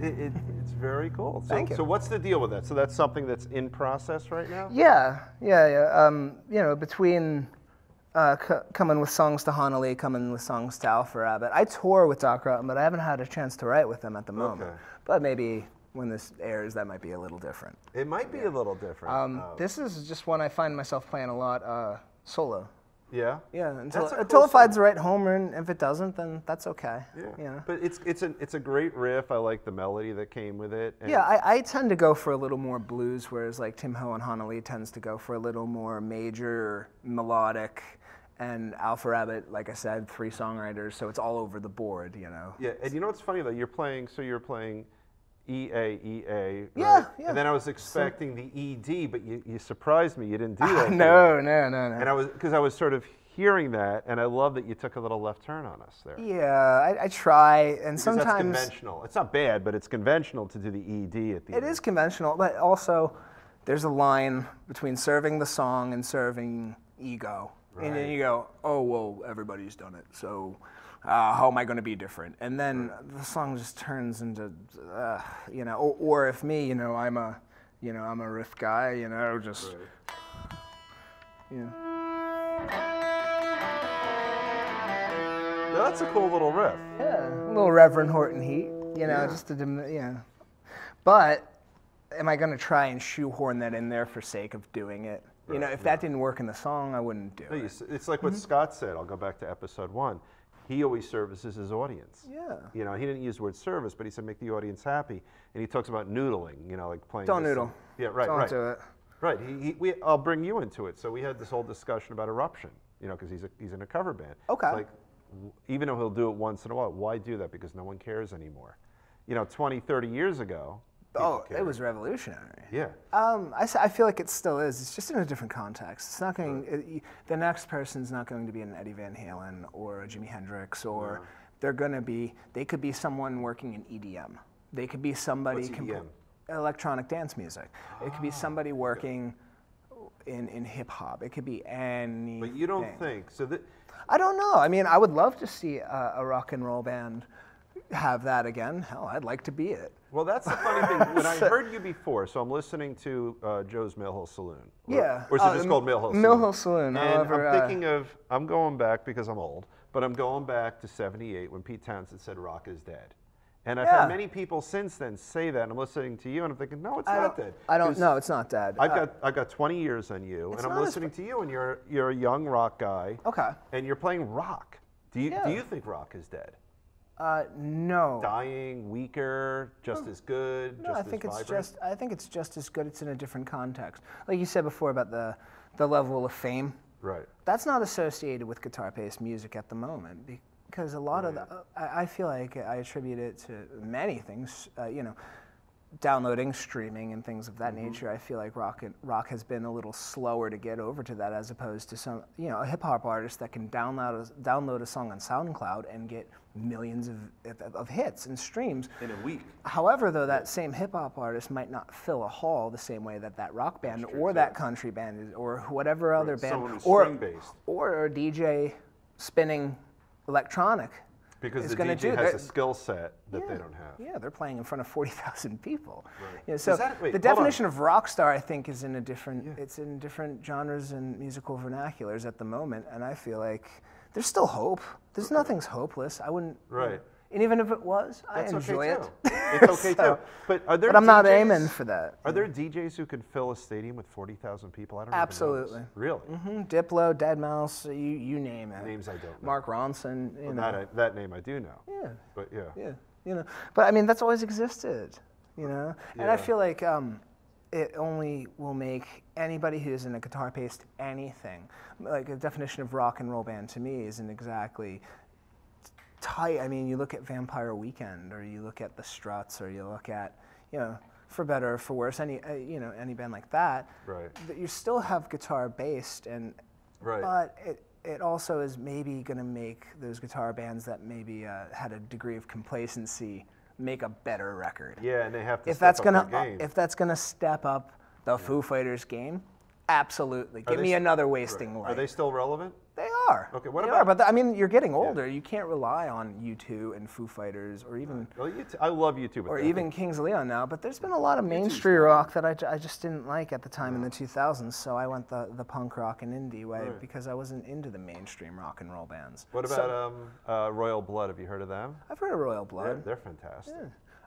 [SPEAKER 2] It, it, it's very cool. So,
[SPEAKER 3] Thank you.
[SPEAKER 2] So what's the deal with that? So that's something that's in process right now.
[SPEAKER 3] Yeah, yeah, yeah. Um, you know, between uh, c- coming with songs to Honolulu, coming with songs to Alpha Rabbit, I tour with Doc Rotten, but I haven't had a chance to write with them at the moment.
[SPEAKER 2] Okay.
[SPEAKER 3] But maybe when this airs, that might be a little different.
[SPEAKER 2] It might be a little different.
[SPEAKER 3] Um, This is just one I find myself playing a lot uh, solo.
[SPEAKER 2] yeah.
[SPEAKER 3] Yeah, until,
[SPEAKER 2] That's a cool
[SPEAKER 3] until it
[SPEAKER 2] song.
[SPEAKER 3] finds the right homer, and if it doesn't, then that's okay.
[SPEAKER 2] Yeah.
[SPEAKER 3] you know?
[SPEAKER 2] But it's it's an it's a great riff. I like the melody that came with it. and-
[SPEAKER 3] Yeah, I, I tend to go for a little more blues, whereas like Tim Ho and Honolulu tends to go for a little more major, melodic, and Alpha Rabbit, like I said, three songwriters, so it's all over the board, you know.
[SPEAKER 2] Yeah, and you know what's funny though? You're playing, so you're playing E A E A.
[SPEAKER 3] Yeah, yeah.
[SPEAKER 2] And then I was expecting the E D, but you, you surprised me. You
[SPEAKER 3] [laughs]
[SPEAKER 2] didn't do that. thing.
[SPEAKER 3] No, no, no,
[SPEAKER 2] And
[SPEAKER 3] no.
[SPEAKER 2] I was because I was sort of hearing that, and I love that you took a little left turn on us there.
[SPEAKER 3] Yeah, I, I try, and
[SPEAKER 2] 'Cause that's
[SPEAKER 3] sometimes
[SPEAKER 2] conventional. It's not bad, but it's conventional to do the E D at the
[SPEAKER 3] it
[SPEAKER 2] end.
[SPEAKER 3] is conventional, but also there's a line between serving the song and serving ego. And then
[SPEAKER 2] Right.
[SPEAKER 3] you go, oh, well, everybody's done it, so uh, how am I going to be different? And then the song just turns into, uh, you know, or, or if me, you know, I'm a, you know, I'm a riff guy, you know, just, you know.
[SPEAKER 2] Now, that's a cool little riff.
[SPEAKER 3] Yeah, a little Reverend Horton heat, you know, just to, dim- yeah. But am I going to try and shoehorn that in there for sake of doing it? You know, if that didn't work in the song, I wouldn't do
[SPEAKER 2] No,
[SPEAKER 3] it.
[SPEAKER 2] you s- It's like what
[SPEAKER 3] Mm-hmm.
[SPEAKER 2] Scott said. I'll go back to episode one. He always services his audience.
[SPEAKER 3] Yeah.
[SPEAKER 2] You know, he didn't use the word service, but he said make the audience happy. And he talks about noodling. You know, like playing.
[SPEAKER 3] Don't
[SPEAKER 2] this
[SPEAKER 3] noodle.
[SPEAKER 2] thing. Yeah, right,
[SPEAKER 3] Don't
[SPEAKER 2] right.
[SPEAKER 3] do it.
[SPEAKER 2] Right. He, he, we, I'll bring you into it. So we had this whole discussion about eruption, you know, because he's, a- he's in a cover band. It's
[SPEAKER 3] Okay.
[SPEAKER 2] like, w- even though he'll do it once in a while, why do that? Because no one cares anymore. You know, 20, 30 years ago. people
[SPEAKER 3] Oh, it
[SPEAKER 2] cared.
[SPEAKER 3] was revolutionary.
[SPEAKER 2] Yeah.
[SPEAKER 3] Um, I, s- I feel like it still is. It's just in a different context. It's not going. It, y- the next person's not going to be an Eddie Van Halen or a Jimi Hendrix, or they're going to be. They could be someone working in EDM. They could be somebody
[SPEAKER 2] What's E
[SPEAKER 3] compo-
[SPEAKER 2] EDM? Ah,
[SPEAKER 3] electronic dance music. It could be somebody working in, in hip hop. It could be any.
[SPEAKER 2] But you don't think so. That
[SPEAKER 3] I don't know. I mean, I would love to see a, a rock and roll band have that again. Hell, I'd like to be it.
[SPEAKER 2] well, that's the funny thing. When I heard you before, so I'm listening to uh, Joe's Mill Hill Saloon. Or,
[SPEAKER 3] Yeah.
[SPEAKER 2] Or is it
[SPEAKER 3] Uh,
[SPEAKER 2] just
[SPEAKER 3] M-
[SPEAKER 2] called Mill Hill?
[SPEAKER 3] Mill
[SPEAKER 2] Saloon?
[SPEAKER 3] Hill
[SPEAKER 2] And
[SPEAKER 3] Saloon, however,
[SPEAKER 2] I'm
[SPEAKER 3] uh,
[SPEAKER 2] thinking of I'm going back because I'm old, but I'm going back to '78 when Pete Townsend said rock is dead. And I've
[SPEAKER 3] Yeah.
[SPEAKER 2] had many people since then say that, and I'm listening to you, and I'm thinking, no, it's
[SPEAKER 3] I
[SPEAKER 2] not
[SPEAKER 3] don't,
[SPEAKER 2] dead.
[SPEAKER 3] I don't
[SPEAKER 2] 'Cause
[SPEAKER 3] know. It's not dead.
[SPEAKER 2] I've
[SPEAKER 3] Uh,
[SPEAKER 2] got I've got 20 years on you,
[SPEAKER 3] It's
[SPEAKER 2] and I'm
[SPEAKER 3] not as
[SPEAKER 2] listening to you, and you're you're a young rock guy.
[SPEAKER 3] Uh, Okay.
[SPEAKER 2] And you're playing rock. Do you
[SPEAKER 3] Yeah.
[SPEAKER 2] do you think rock is dead?
[SPEAKER 3] uh, no.
[SPEAKER 2] Dying, weaker, just as good,
[SPEAKER 3] Oh. No,
[SPEAKER 2] just
[SPEAKER 3] I
[SPEAKER 2] as
[SPEAKER 3] think it's
[SPEAKER 2] vibrant?
[SPEAKER 3] just I think it's just as good. It's in a different context. Like you said before about the the level of fame.
[SPEAKER 2] right.
[SPEAKER 3] That's not associated with guitar-based music at the moment because a lot of the I, I feel like I attribute it to many things. Uh, you know, downloading, streaming, and things of that
[SPEAKER 2] Mm-hmm.
[SPEAKER 3] nature. I feel like rock and, rock has been a little slower to get over to that as opposed to some you know a hip hop artist that can download a, download a song on SoundCloud and get millions of, of, of hits and streams.
[SPEAKER 2] In a week.
[SPEAKER 3] However, though, that same hip hop artist might not fill a hall the same way that that rock band or that country band is, or whatever other band,
[SPEAKER 2] someone who's
[SPEAKER 3] or
[SPEAKER 2] string-based.
[SPEAKER 3] or a DJ spinning electronic.
[SPEAKER 2] Because
[SPEAKER 3] is
[SPEAKER 2] the
[SPEAKER 3] gonna
[SPEAKER 2] DJ
[SPEAKER 3] do
[SPEAKER 2] has
[SPEAKER 3] that.
[SPEAKER 2] a skill set that they
[SPEAKER 3] Yeah,
[SPEAKER 2] don't have.
[SPEAKER 3] Yeah, they're playing in front of forty thousand people. You know, so
[SPEAKER 2] Does that- wait,
[SPEAKER 3] the
[SPEAKER 2] hold on.
[SPEAKER 3] definition of rock star, I think, is in a different. It's in different genres and musical vernaculars at the moment, and I feel like there's still hope. There's nothing's hopeless. I wouldn't.
[SPEAKER 2] Right.
[SPEAKER 3] And even if it was,
[SPEAKER 2] That's
[SPEAKER 3] I enjoy
[SPEAKER 2] okay
[SPEAKER 3] it. [laughs]
[SPEAKER 2] too. It's okay
[SPEAKER 3] So-
[SPEAKER 2] too. But are there
[SPEAKER 3] But I'm not
[SPEAKER 2] DJs
[SPEAKER 3] aiming for that.
[SPEAKER 2] Are there DJs who can fill a stadium with 40,000 people? I don't even know this.
[SPEAKER 3] Absolutely.
[SPEAKER 2] Really?
[SPEAKER 3] Mhm, Diplo, Dead Mouse, you, you name it.
[SPEAKER 2] Names I don't know.
[SPEAKER 3] Mark Ronson, you know.
[SPEAKER 2] That, I, that name I do know.
[SPEAKER 3] Yeah.
[SPEAKER 2] But yeah.
[SPEAKER 3] Yeah, you know. But I mean, that's always existed, you know. And
[SPEAKER 2] Yeah.
[SPEAKER 3] I feel like um, it only will make anybody who's in a guitar based anything. Like the definition of rock and roll band to me isn't exactly tight. I mean, you look at Vampire Weekend, or you look at the Struts, or you look at, you know, for better or for worse, any uh, you know any band like that.
[SPEAKER 2] Right.
[SPEAKER 3] That you still have guitar based and
[SPEAKER 2] Right.
[SPEAKER 3] but it, it also is maybe going to make those guitar bands that maybe uh, had a degree of complacency make a better record.
[SPEAKER 2] Yeah, and they have to
[SPEAKER 3] If
[SPEAKER 2] step
[SPEAKER 3] that's
[SPEAKER 2] up
[SPEAKER 3] going
[SPEAKER 2] their
[SPEAKER 3] to
[SPEAKER 2] game.
[SPEAKER 3] if that's going to step up the Foo Fighters game, absolutely. Give
[SPEAKER 2] they
[SPEAKER 3] me
[SPEAKER 2] s-
[SPEAKER 3] another wasting
[SPEAKER 2] Are
[SPEAKER 3] light.
[SPEAKER 2] they still relevant?
[SPEAKER 3] They are.
[SPEAKER 2] Okay, what
[SPEAKER 3] They
[SPEAKER 2] about-
[SPEAKER 3] Are, but th- I mean, you're getting older. You can't rely on U2 and Foo Fighters or even
[SPEAKER 2] Well, you t- I love you too. but
[SPEAKER 3] or
[SPEAKER 2] I think
[SPEAKER 3] even Kings of Leon now, but there's been a lot of mainstream rock that I, ju- I just didn't like at the time in the 2000s, so I went the, the punk rock and indie way because I wasn't into the mainstream rock and roll bands.
[SPEAKER 2] What
[SPEAKER 3] So-
[SPEAKER 2] about um, uh, Royal Blood? Have you heard of them?
[SPEAKER 3] I've heard of
[SPEAKER 2] They're,
[SPEAKER 3] Royal Blood.
[SPEAKER 2] they're fantastic.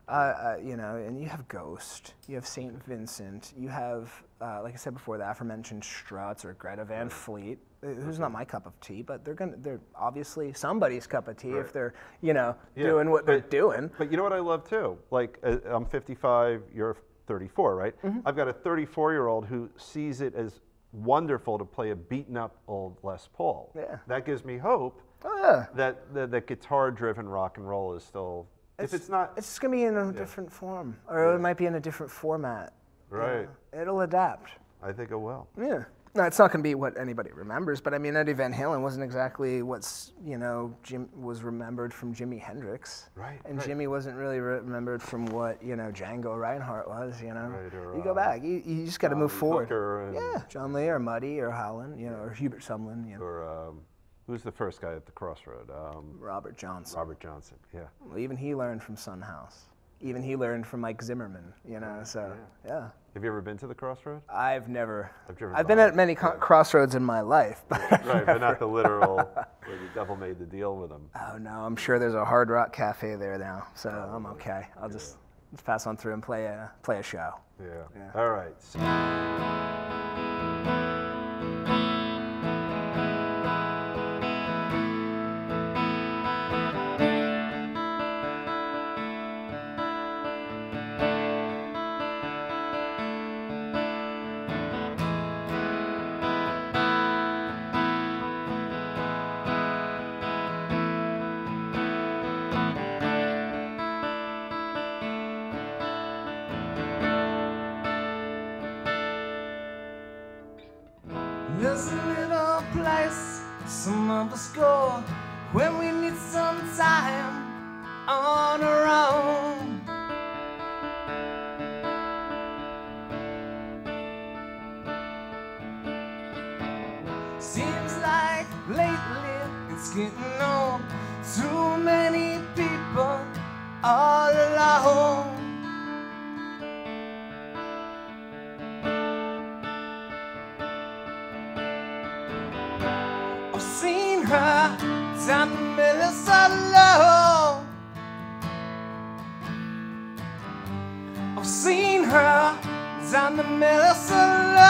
[SPEAKER 3] Uh, uh, you know, and you have Ghost, you have St. Vincent, you have, uh, like I said before, the aforementioned Struts or Greta Van Fleet, uh, who's not my cup of tea, but they're gonna, they're obviously somebody's cup of tea if they're, you know,
[SPEAKER 2] Yeah,
[SPEAKER 3] doing what they're
[SPEAKER 2] but-
[SPEAKER 3] doing.
[SPEAKER 2] But you know what I love too? Like uh, I'm 55, you're 34, right?
[SPEAKER 3] Mm-hmm.
[SPEAKER 2] I've got a 34 year old who sees it as wonderful to play a beaten up old Les Paul.
[SPEAKER 3] Yeah.
[SPEAKER 2] That gives me hope
[SPEAKER 3] Oh, yeah.
[SPEAKER 2] that that, that guitar driven rock and roll is still. if it's not
[SPEAKER 3] It's just gonna be in a different form, or it might be in a different format. you
[SPEAKER 2] Right.
[SPEAKER 3] know. It'll adapt.
[SPEAKER 2] I think it will.
[SPEAKER 3] Yeah. No, it's not gonna be what anybody remembers, but I mean, Eddie Van Halen wasn't exactly what's you know Jim was remembered from Jimi Hendrix.
[SPEAKER 2] Right,
[SPEAKER 3] And
[SPEAKER 2] right.
[SPEAKER 3] Jimmy wasn't really re- remembered from what you know Django Reinhardt was. You know.
[SPEAKER 2] Right, or,
[SPEAKER 3] you go
[SPEAKER 2] uh,
[SPEAKER 3] back. You, you just got to move
[SPEAKER 2] Johnny
[SPEAKER 3] forward.
[SPEAKER 2] Hooker and-
[SPEAKER 3] yeah. John Lee or Muddy or Howlin', you know, or Hubert Sumlin, you know,
[SPEAKER 2] Or um, who's the first guy at the crossroad? Um,
[SPEAKER 3] Robert Johnson.
[SPEAKER 2] Robert Johnson. Yeah.
[SPEAKER 3] Well, even he learned from Sun House. Even he learned from Mike Zimmerman. You know. So yeah.
[SPEAKER 2] Have you ever been to the crossroad?
[SPEAKER 3] [laughs] I've never.
[SPEAKER 2] I've
[SPEAKER 3] I've,
[SPEAKER 2] driven
[SPEAKER 3] been
[SPEAKER 2] by
[SPEAKER 3] at many co- crossroads in my life, but [laughs]
[SPEAKER 2] Right, but not the literal where the devil made the deal with him.
[SPEAKER 3] oh no, I'm sure there's a Hard Rock Cafe there now, so
[SPEAKER 2] Oh,
[SPEAKER 3] I'm okay. I'll just just pass on through and play a play a show.
[SPEAKER 2] Yeah. All right. So-
[SPEAKER 1] There's a little place some of us go when we need some time on our own. Lately, it's getting on. Too many people all alone. I've seen her down in Minnesota. I've seen her down in Minnesota.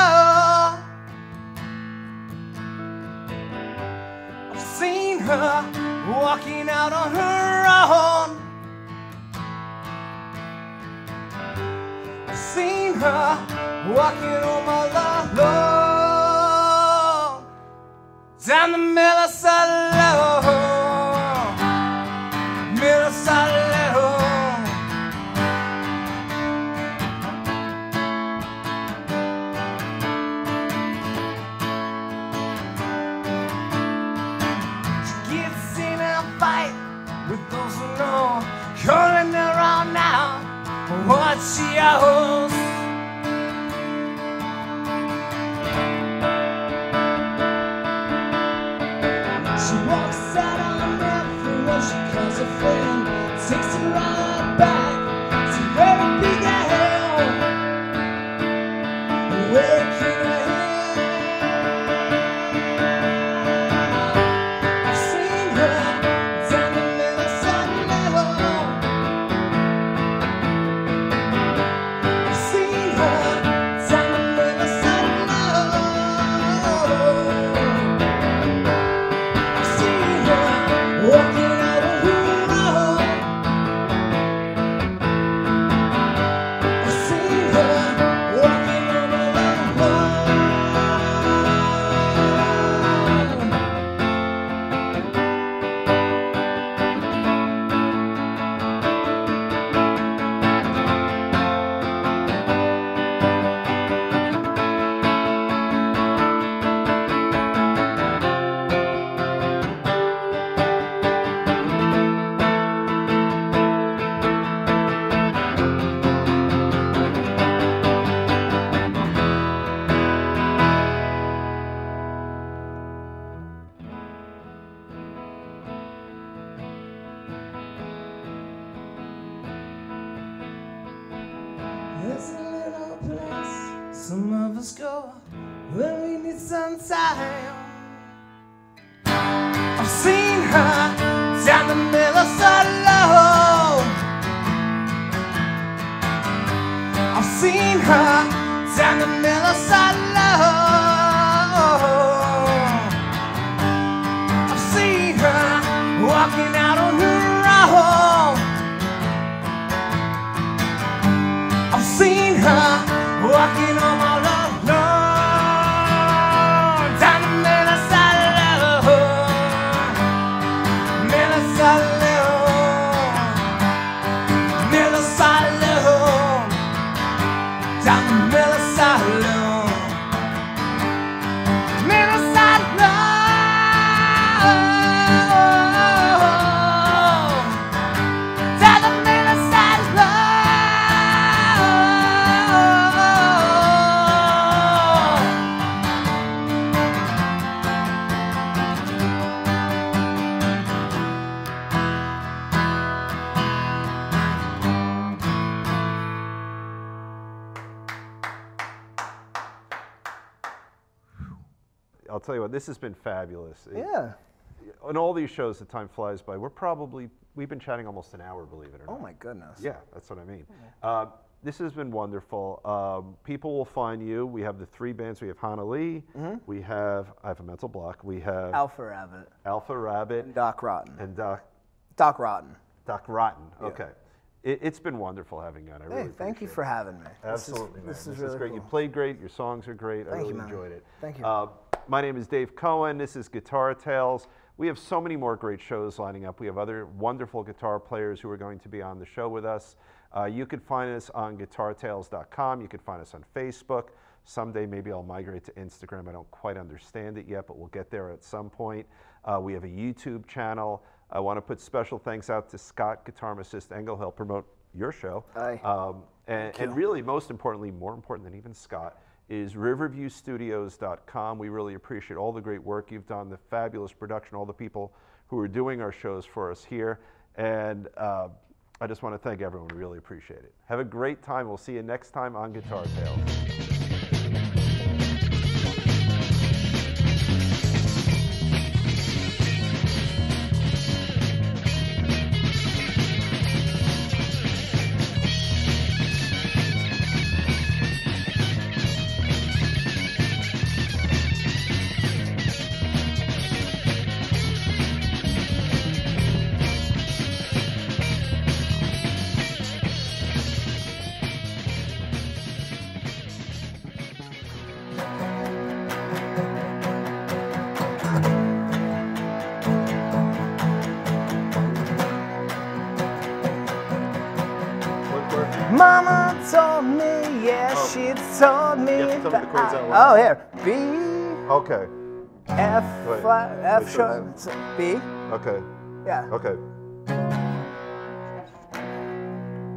[SPEAKER 1] I've seen her walking out on her own. I've seen her walking home all alone down the Minnesota, Minnesota. She gets in a fight with those who know, calling her out now for what she owes. She walks out on everyone she calls a friend. Takes her right back to where it began. And where it came ahead. I've seen her down the Minnesota level. I've seen her down the Minnesota level. I've seen her walking out on her own. I've seen her walking on her own. There's a little place some of us go when we need some time. I've seen her down the Minnesota. I've seen her down the Minnesota. I've seen her walking out on her own. I've seen her walking on my love lawn down in Minnesota, Minnesota, Minnesota, down in Minnesota, Minnesota. Down the Minnesota
[SPEAKER 2] I'll tell you what, this has been fabulous. It-
[SPEAKER 3] Yeah.
[SPEAKER 2] On all these shows, the time flies by. We're probably, we've been chatting almost an hour, believe it or not.
[SPEAKER 3] Oh my goodness.
[SPEAKER 2] Yeah, that's what I mean. Uh, this has been wonderful. Um, people will find you. We have the three bands. We have Hana Lee.
[SPEAKER 3] Mm-hmm.
[SPEAKER 2] We have, I have a mental block. We have
[SPEAKER 3] Alpha Rabbit.
[SPEAKER 2] Alpha Rabbit
[SPEAKER 3] Doc Rotten.
[SPEAKER 2] and Doc,
[SPEAKER 3] Doc Rotten.
[SPEAKER 2] Doc Rotten. Okay. It, it's been wonderful having you on. I
[SPEAKER 3] Hey,
[SPEAKER 2] really
[SPEAKER 3] thank
[SPEAKER 2] appreciate
[SPEAKER 3] you
[SPEAKER 2] it.
[SPEAKER 3] for having me. This is-
[SPEAKER 2] Absolutely, man.
[SPEAKER 3] This is, really
[SPEAKER 2] great.
[SPEAKER 3] Cool.
[SPEAKER 2] You played great. Your songs are great. I
[SPEAKER 3] Thank
[SPEAKER 2] really
[SPEAKER 3] you, man.
[SPEAKER 2] enjoyed it.
[SPEAKER 3] Thank you.
[SPEAKER 2] Uh, my name is Dave Cohen. This is Guitar Tales. We have so many more great shows lining up. We have other wonderful guitar players who are going to be on the show with us. Uh, you can find us on guitartales.com. You can find us on Facebook. Someday, maybe I'll migrate to Instagram. I don't quite understand it yet, but we'll get there at some point. Uh, we have a YouTube channel. I want to put special thanks out to Scott, guitarmacist Engelhill, promote your show. Uh,
[SPEAKER 3] Aye.
[SPEAKER 2] Um, and, and really, most importantly, more important than even Scott, is riverviewstudios.com. We really appreciate all the great work you've done, the fabulous production, all the people who are doing our shows for us here. And uh, I just want to thank everyone. We really appreciate it. Have a great time. We'll see you next time on Guitar Tales. What, where?
[SPEAKER 3] Mama told me, yeah,
[SPEAKER 2] Oh.
[SPEAKER 3] she told me.
[SPEAKER 2] You have to tell me the
[SPEAKER 3] that
[SPEAKER 2] chords
[SPEAKER 3] I-
[SPEAKER 2] out loud.
[SPEAKER 3] Oh, yeah. B,
[SPEAKER 2] Okay,
[SPEAKER 3] F
[SPEAKER 2] Wait.
[SPEAKER 3] flat,
[SPEAKER 2] Wait,
[SPEAKER 3] F
[SPEAKER 2] so
[SPEAKER 3] sharp, B.
[SPEAKER 2] okay,
[SPEAKER 3] Yeah.
[SPEAKER 2] okay.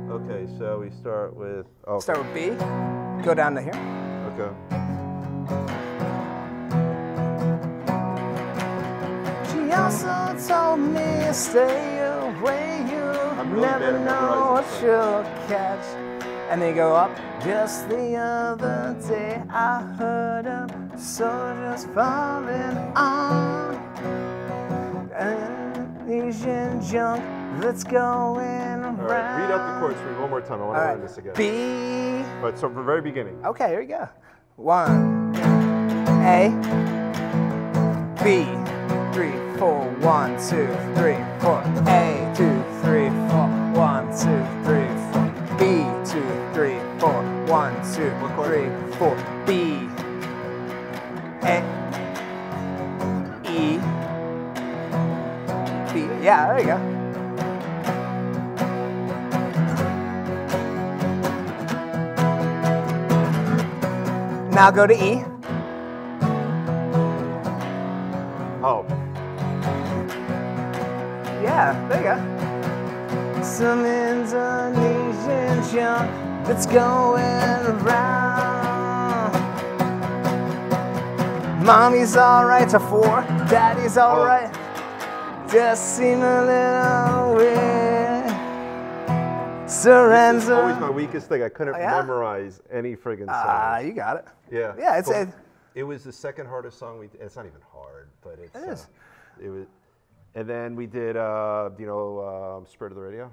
[SPEAKER 2] Okay, so we start with. Okay.
[SPEAKER 3] Start with B, go down to here.
[SPEAKER 2] Okay.
[SPEAKER 3] She also told me stay away, you
[SPEAKER 2] I'm really bad
[SPEAKER 3] never
[SPEAKER 2] at memorizing
[SPEAKER 3] know what
[SPEAKER 2] stuff.
[SPEAKER 3] you'll catch. And they go up. Just the other day I heard of soldiers falling on an Asian junk that's going
[SPEAKER 2] All
[SPEAKER 3] around.
[SPEAKER 2] right, read out the chords for me one more time. I want
[SPEAKER 3] All
[SPEAKER 2] to
[SPEAKER 3] right.
[SPEAKER 2] learn this again.
[SPEAKER 3] B.
[SPEAKER 2] All right, so from the very beginning.
[SPEAKER 3] Okay, here we go. One, A, B, three, four, one, two, three, four, A, two, three, four, one, two, three, four, B, two, three, four, one, two,
[SPEAKER 2] What chord?
[SPEAKER 3] three, four, B, A, E, B. Yeah, there you go. Now go to E.
[SPEAKER 2] Oh,
[SPEAKER 3] Yeah, there you go. Some Indonesian junk that's going around. Mommy's alright to four,
[SPEAKER 2] Oh.
[SPEAKER 3] daddy's alright. Just seem a little weird.
[SPEAKER 2] it's always my
[SPEAKER 3] Sorenzo.
[SPEAKER 2] weakest thing. I couldn't
[SPEAKER 3] Oh, yeah?
[SPEAKER 2] memorize any friggin' song.
[SPEAKER 3] Ah, you got it.
[SPEAKER 2] yeah.
[SPEAKER 3] Yeah, it's
[SPEAKER 2] Cool.
[SPEAKER 3] a.
[SPEAKER 2] It was the second hardest song we. It's not even hard, but it's.
[SPEAKER 3] It is.
[SPEAKER 2] Uh, it was, and then we did, uh, you know, uh, Spirit of the Radio.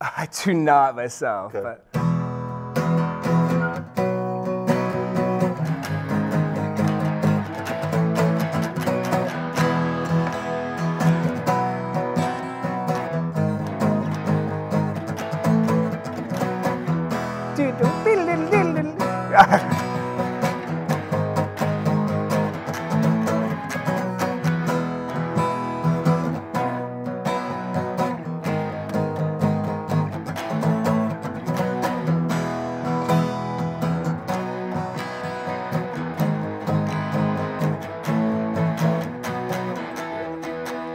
[SPEAKER 3] I do not myself,
[SPEAKER 2] Okay.
[SPEAKER 3] but.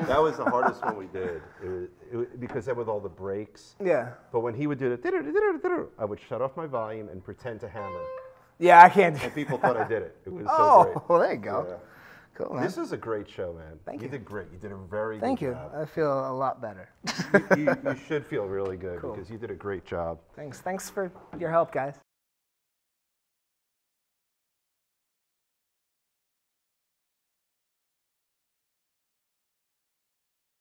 [SPEAKER 2] That was the hardest one we did. It was, it was, because then with all the breaks.
[SPEAKER 3] Yeah.
[SPEAKER 2] But when he would do the, I would shut off my volume and pretend to hammer.
[SPEAKER 3] Yeah, I can't. do-
[SPEAKER 2] And people thought I did it. It was so
[SPEAKER 3] Oh,
[SPEAKER 2] great.
[SPEAKER 3] well, there you go.
[SPEAKER 2] Yeah.
[SPEAKER 3] Cool, man.
[SPEAKER 2] This is a great show, man.
[SPEAKER 3] Thank
[SPEAKER 2] you.
[SPEAKER 3] you.
[SPEAKER 2] did great. You did a very
[SPEAKER 3] Thank
[SPEAKER 2] good
[SPEAKER 3] you.
[SPEAKER 2] job.
[SPEAKER 3] I feel a lot better.
[SPEAKER 2] you, you, you should feel really good because you did a great job.
[SPEAKER 3] Thanks. Thanks for your help, guys.